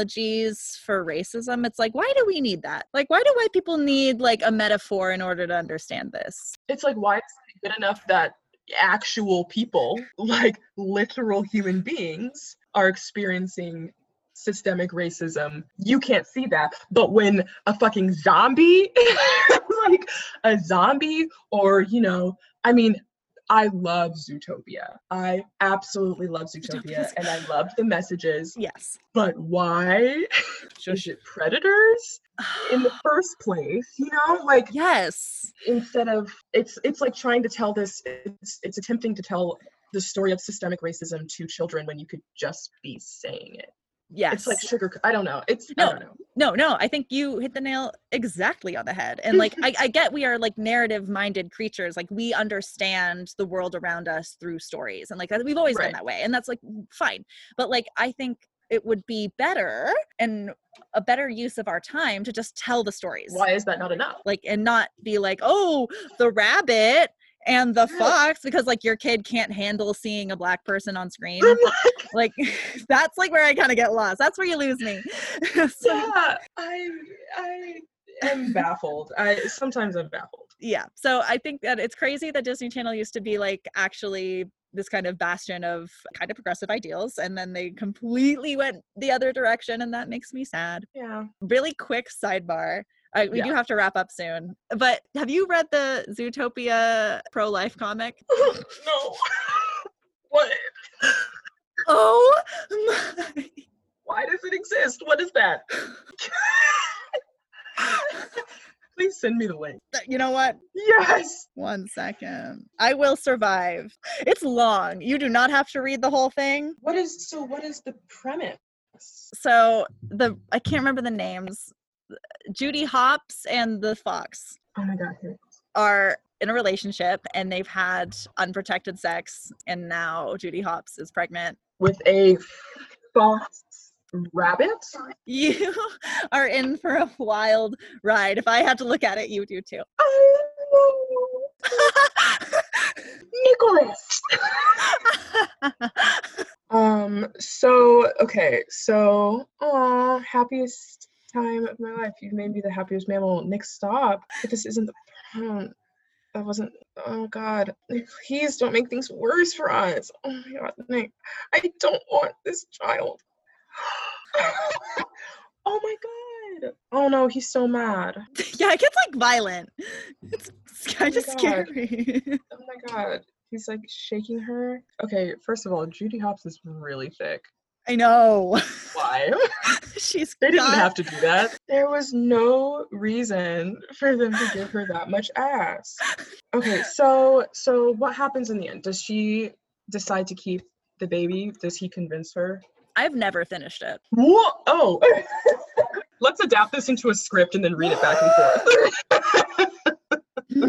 Speaker 4: analogies for racism, it's like why do we need that? Like why do white people need like a metaphor in order to understand this?
Speaker 3: It's like why is it good enough that actual people, *laughs* like literal human beings, are experiencing systemic racism. You can't see that, but when a fucking zombie, *laughs* like a zombie, or you know, I mean. I love Zootopia. I absolutely love Zootopia
Speaker 4: Zootopia's-
Speaker 3: and I love the messages,
Speaker 4: Yes.
Speaker 3: but why is it predators in the first place? You know, like
Speaker 4: *sighs* yes.
Speaker 3: instead of it's it's like trying to tell this it's it's attempting to tell the story of systemic racism to children when you could just be saying it
Speaker 4: Yes.
Speaker 3: it's like sugar i don't know it's i
Speaker 4: No.
Speaker 3: don't know
Speaker 4: No, no, I think you hit the nail exactly on the head. And like, I, I get we are like narrative minded creatures. Like, we understand the world around us through stories. And like, that- we've always been
Speaker 3: Right.
Speaker 4: that way. And that's like fine. But like, I think it would be better and a better use of our time to just tell the stories.
Speaker 3: why is that not enough
Speaker 4: Like, and not be like, oh, the rabbit and the fox, because like your kid can't handle seeing a black person on screen.
Speaker 3: I'm like,
Speaker 4: like, *laughs* that's like where I kind of get lost. That's where you lose me. *laughs* So-
Speaker 3: *laughs* yeah, i i am baffled i sometimes i'm baffled
Speaker 4: yeah so i think that it's crazy that disney channel used to be like actually this kind of bastion of kind of progressive ideals and then they completely went the other direction and that makes me sad
Speaker 3: yeah
Speaker 4: really quick sidebar I, we do
Speaker 3: Yeah.
Speaker 4: have to wrap up soon but have you read the zootopia pro-life comic
Speaker 3: no *laughs* what
Speaker 4: *laughs* oh *laughs* my
Speaker 3: why does it exist what is that *laughs* please send me the link
Speaker 4: you know what
Speaker 3: yes
Speaker 4: one second i will survive it's long you do not have to read the whole thing
Speaker 3: what is so what is the premise
Speaker 4: so the I can't remember the names. Judy Hopps and the Fox
Speaker 3: Oh my god, here.
Speaker 4: are in a relationship and they've had unprotected sex and now Judy Hopps is pregnant. *laughs*
Speaker 3: With a fox rabbit?
Speaker 4: You are in for a wild ride. If I had to look at it, you do too. *laughs*
Speaker 3: Oh Nicholas. um, so okay, so aw, happiest time of my life. You've made me the happiest mammal. Nick, stop. But this isn't the um, that wasn't oh god. Nick, Please don't make things worse for us. Oh my god, Nick. I don't want this child. *gasps* oh my god. Oh no, he's so mad.
Speaker 4: yeah, it gets like violent. It's, kind of
Speaker 3: God.
Speaker 4: scary. *laughs*
Speaker 3: Oh my god. He's like shaking her. Okay, first of all, Judy Hopps is really thick. *laughs*
Speaker 4: I know.
Speaker 3: Why?
Speaker 4: She's
Speaker 3: They didn't
Speaker 4: got-
Speaker 3: have to do that. There was no reason for them to give her that much ass. Okay, so so what happens in the end? Does she decide to keep the baby? Does he convince her?
Speaker 4: I've never finished it.
Speaker 3: Whoa! Oh, *laughs* let's adapt this into a script and then read it back and *laughs* forth. *laughs*
Speaker 4: *laughs*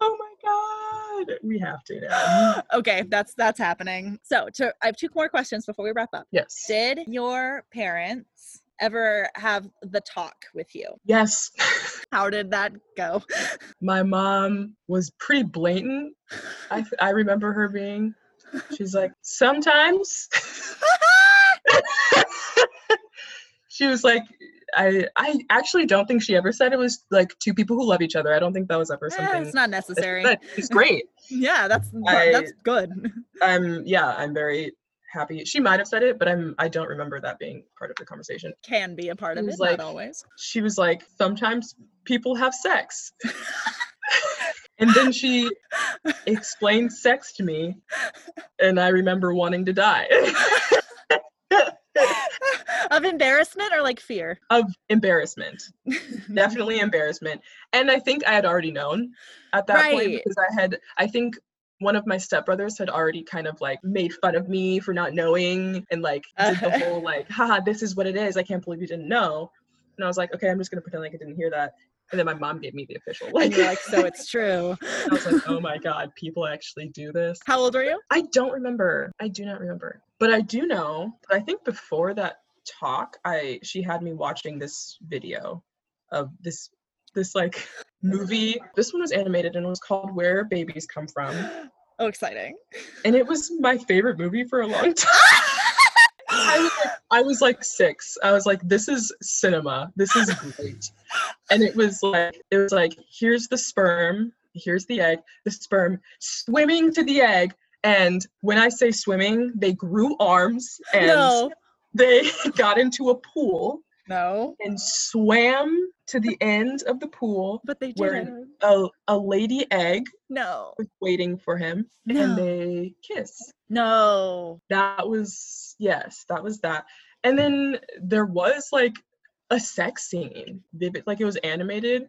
Speaker 3: oh my god, we have to now.
Speaker 4: *laughs* okay, that's that's happening. So, to, I have two more questions before we wrap up.
Speaker 3: Yes.
Speaker 4: Did your parents ever have the talk with you?
Speaker 3: Yes. *laughs*
Speaker 4: How did that go?
Speaker 3: My mom was pretty blatant.
Speaker 4: *laughs*
Speaker 3: I I remember her being. She's like sometimes. *laughs* she was like I I actually don't think she ever said it was like two people who love each other. I don't think that was ever
Speaker 4: Eh,
Speaker 3: something.
Speaker 4: it's not necessary.
Speaker 3: But it's great.
Speaker 4: Yeah, that's
Speaker 3: I-
Speaker 4: that's good. *laughs*
Speaker 3: I'm yeah, I'm very happy. She might have said it, but I'm I don't remember that being part of the conversation.
Speaker 4: Can be a part
Speaker 3: It
Speaker 4: of it,
Speaker 3: was like- *laughs*
Speaker 4: not always.
Speaker 3: She was like, sometimes people have sex. *laughs* and then she explained sex to me, and I remember wanting to die *laughs*
Speaker 4: *laughs* of embarrassment or like fear? *laughs*
Speaker 3: of embarrassment.
Speaker 4: Mm-hmm.
Speaker 3: Definitely embarrassment. And I think I had already known at that point
Speaker 4: Right.
Speaker 3: because I had I think one of my stepbrothers had already kind of like made fun of me for not knowing and
Speaker 4: *laughs*
Speaker 3: like did the
Speaker 4: Uh-huh.
Speaker 3: whole like, haha, this is what it is. I can't believe you didn't know. And I was like, okay, I'm just gonna pretend like I didn't hear that. And then my mom gave me the official.
Speaker 4: and you're
Speaker 3: *laughs*
Speaker 4: like, so it's true. *laughs*
Speaker 3: I was like, oh my god, people actually do this.
Speaker 4: How old were you?
Speaker 3: I don't remember. I do not remember. But I do know that I think before that talk, I she had me watching this video of this this like movie. This one was animated and it was called Where Babies Come From.
Speaker 4: Oh, exciting.
Speaker 3: And it was my favorite movie for a long *laughs* time. I was like, I was like six. I was like, this is cinema. This is great. And it was like, it was like, here's the sperm, here's the egg, the sperm swimming to the egg. And when I say swimming, they grew arms and
Speaker 4: *laughs* no,
Speaker 3: they *laughs* got into a pool
Speaker 4: no.
Speaker 3: and swam to the end of the pool.
Speaker 4: But they
Speaker 3: Where-
Speaker 4: did.
Speaker 3: A, a lady egg
Speaker 4: No,
Speaker 3: was waiting for him
Speaker 4: No.
Speaker 3: and they kissed.
Speaker 4: no.
Speaker 3: that was yes that was that and then there was like a sex scene vivid like it was animated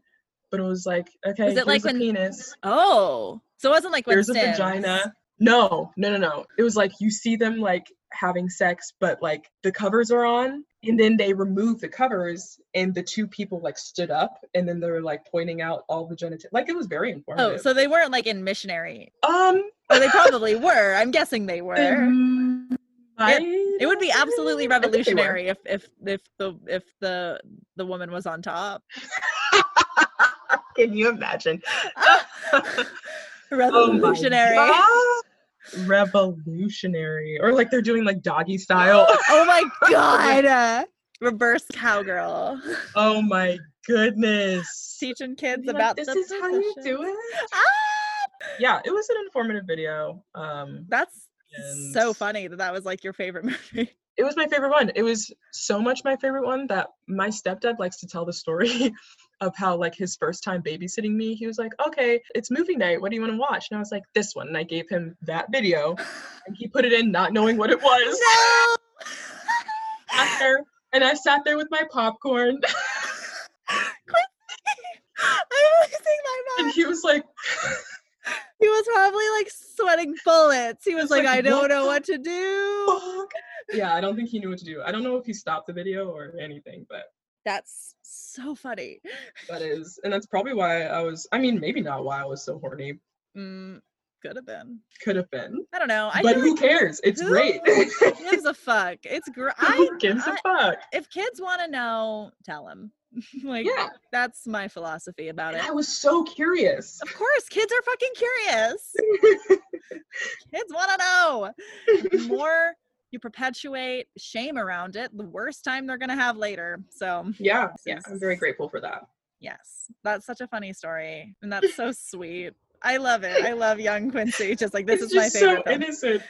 Speaker 3: but it was like okay
Speaker 4: it
Speaker 3: here's
Speaker 4: like
Speaker 3: a
Speaker 4: when-
Speaker 3: penis
Speaker 4: Oh, so it wasn't like when
Speaker 3: here's a
Speaker 4: Sims.
Speaker 3: vagina no no no no it was like you see them like having sex but like the covers are on and then they remove the covers and the two people like stood up and then they were like pointing out all the genital like it was very
Speaker 4: Oh,
Speaker 3: informative
Speaker 4: so they weren't like in missionary.
Speaker 3: um
Speaker 4: Or they
Speaker 3: *laughs*
Speaker 4: probably were. I'm guessing they
Speaker 3: they
Speaker 4: were.
Speaker 3: might
Speaker 4: It would be
Speaker 3: have
Speaker 4: absolutely
Speaker 3: been- Mm-hmm. I think they were.
Speaker 4: revolutionary if if if the if the the woman was on top.
Speaker 3: *laughs* Can you
Speaker 4: *laughs*
Speaker 3: imagine?
Speaker 4: revolutionary.
Speaker 3: Oh my God. Revolutionary. Or like they're doing like doggy
Speaker 4: *gasps*
Speaker 3: style. *laughs*
Speaker 4: oh my god. Uh, reverse cowgirl. *laughs*
Speaker 3: oh my goodness.
Speaker 4: Teaching kids
Speaker 3: Be like,
Speaker 4: about
Speaker 3: this
Speaker 4: the
Speaker 3: is how you do
Speaker 4: possessions."
Speaker 3: it.
Speaker 4: Ah,
Speaker 3: Yeah, it was an informative video. Um
Speaker 4: that's
Speaker 3: and
Speaker 4: so funny that that was like your favorite *laughs* movie.
Speaker 3: It was my favorite one. It was so much my favorite one that my stepdad likes to tell the story *laughs* of how like his first time babysitting me, he was like, "Okay, it's movie night. What do you want to watch?" And I was like, "This one." And I gave him that
Speaker 4: *laughs*
Speaker 3: video, and he put it in not knowing what it was.
Speaker 4: no.
Speaker 3: sat there and I sat there with my popcorn *laughs*
Speaker 4: *laughs* I'm losing my
Speaker 3: and
Speaker 4: mind.
Speaker 3: he was like
Speaker 4: He was probably like sweating bullets. He was,
Speaker 3: was
Speaker 4: like,
Speaker 3: like,
Speaker 4: I don't
Speaker 3: "What
Speaker 4: know
Speaker 3: the
Speaker 4: what to do.
Speaker 3: "Fuck." Yeah, I don't think he knew what to do. I don't know if he stopped the video or anything, but
Speaker 4: That's so funny.
Speaker 3: that is and that's probably why I was I mean maybe not why I was so horny.
Speaker 4: Mm, could have been.
Speaker 3: Could have been.
Speaker 4: I don't know. I
Speaker 3: but
Speaker 4: feel
Speaker 3: who
Speaker 4: like-
Speaker 3: cares? It's
Speaker 4: who
Speaker 3: great. *laughs*
Speaker 4: gives a fuck. It's great.
Speaker 3: who gives a fuck?
Speaker 4: If kids want to know, tell them. *laughs* like
Speaker 3: Yeah.
Speaker 4: that's my philosophy about
Speaker 3: And
Speaker 4: it.
Speaker 3: I was so
Speaker 4: *laughs*
Speaker 3: curious.
Speaker 4: Of course, kids are fucking curious. kids want to know. The more you perpetuate shame around it, the worse time they're gonna have later. So
Speaker 3: yeah,
Speaker 4: This
Speaker 3: yeah. I'm
Speaker 4: is-
Speaker 3: very grateful for that.
Speaker 4: yes, that's such a funny story, and that's so sweet. I love it. I love young Quincy. Just like this
Speaker 3: it's
Speaker 4: is my
Speaker 3: just
Speaker 4: favorite.
Speaker 3: so
Speaker 4: film. *laughs*
Speaker 3: innocent.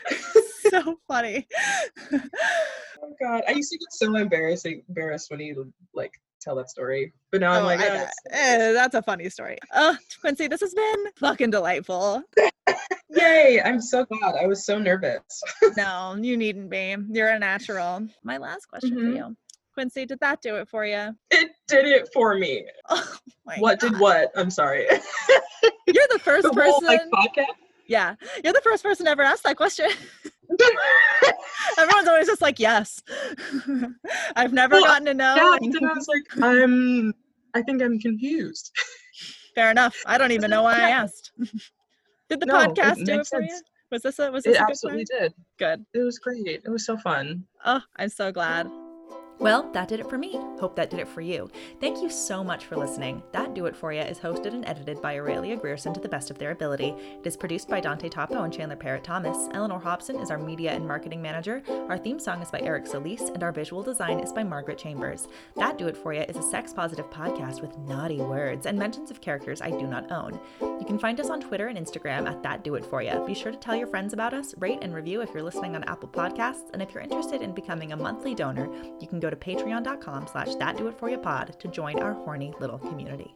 Speaker 4: so funny.
Speaker 3: *laughs*
Speaker 4: *laughs*
Speaker 3: Oh god. I used to get so embarrassing embarrassed when he would, like tell that story. But now I'm
Speaker 4: Oh,
Speaker 3: like,
Speaker 4: I
Speaker 3: "Oh,
Speaker 4: bet.
Speaker 3: it's-
Speaker 4: Eh, that's a funny story. Oh, Quincy, this has been fucking delightful.
Speaker 3: Yay! I'm so glad. I was so nervous. *laughs*
Speaker 4: no, you needn't be. You're a natural. My last question for
Speaker 3: Mhm.
Speaker 4: you. Quincy, did that do it for you? *laughs*
Speaker 3: It did it for me.
Speaker 4: Oh my
Speaker 3: What did
Speaker 4: God.
Speaker 3: what? I'm sorry.
Speaker 4: You're the
Speaker 3: *laughs*
Speaker 4: first
Speaker 3: the whole like
Speaker 4: person. *laughs*
Speaker 3: podcast.
Speaker 4: Yeah. You're the first person to ever ask that question. *laughs* Everyone's always just like, yes. *laughs* I've never
Speaker 3: Well,
Speaker 4: gotten to know.
Speaker 3: yeah,
Speaker 4: and-
Speaker 3: and then I was like, I'm. I think I'm confused.
Speaker 4: Fair enough. I don't even
Speaker 3: *laughs*
Speaker 4: know why I asked. *laughs* Did the
Speaker 3: No, it
Speaker 4: podcast do it
Speaker 3: makes
Speaker 4: for you?
Speaker 3: sense.
Speaker 4: Was this a was this
Speaker 3: It
Speaker 4: a good one?
Speaker 3: absolutely did.
Speaker 4: Good.
Speaker 3: It was great. It was so fun.
Speaker 4: Oh, I'm so glad.
Speaker 1: Well, that did it for me. Hope that did it for you. Thank you so much for listening. That Do It For You is hosted and edited by Aurelia Grierson to the best of their ability. It is produced by Dante Topo and Chandler Parrott Thomas. Eleanor Hobson is our media and marketing manager. Our theme song is by Eric Solis, and our visual design is by Margaret Chambers. That Do It For You is a sex positive podcast with naughty words and mentions of characters I do not own. You can find us on Twitter and Instagram at That Do It For You. Be sure to tell your friends about us, rate and review if you're listening on Apple Podcasts, and if you're interested in becoming a monthly donor, you can go to patreon.com slash that do it for you pod to join our horny little community.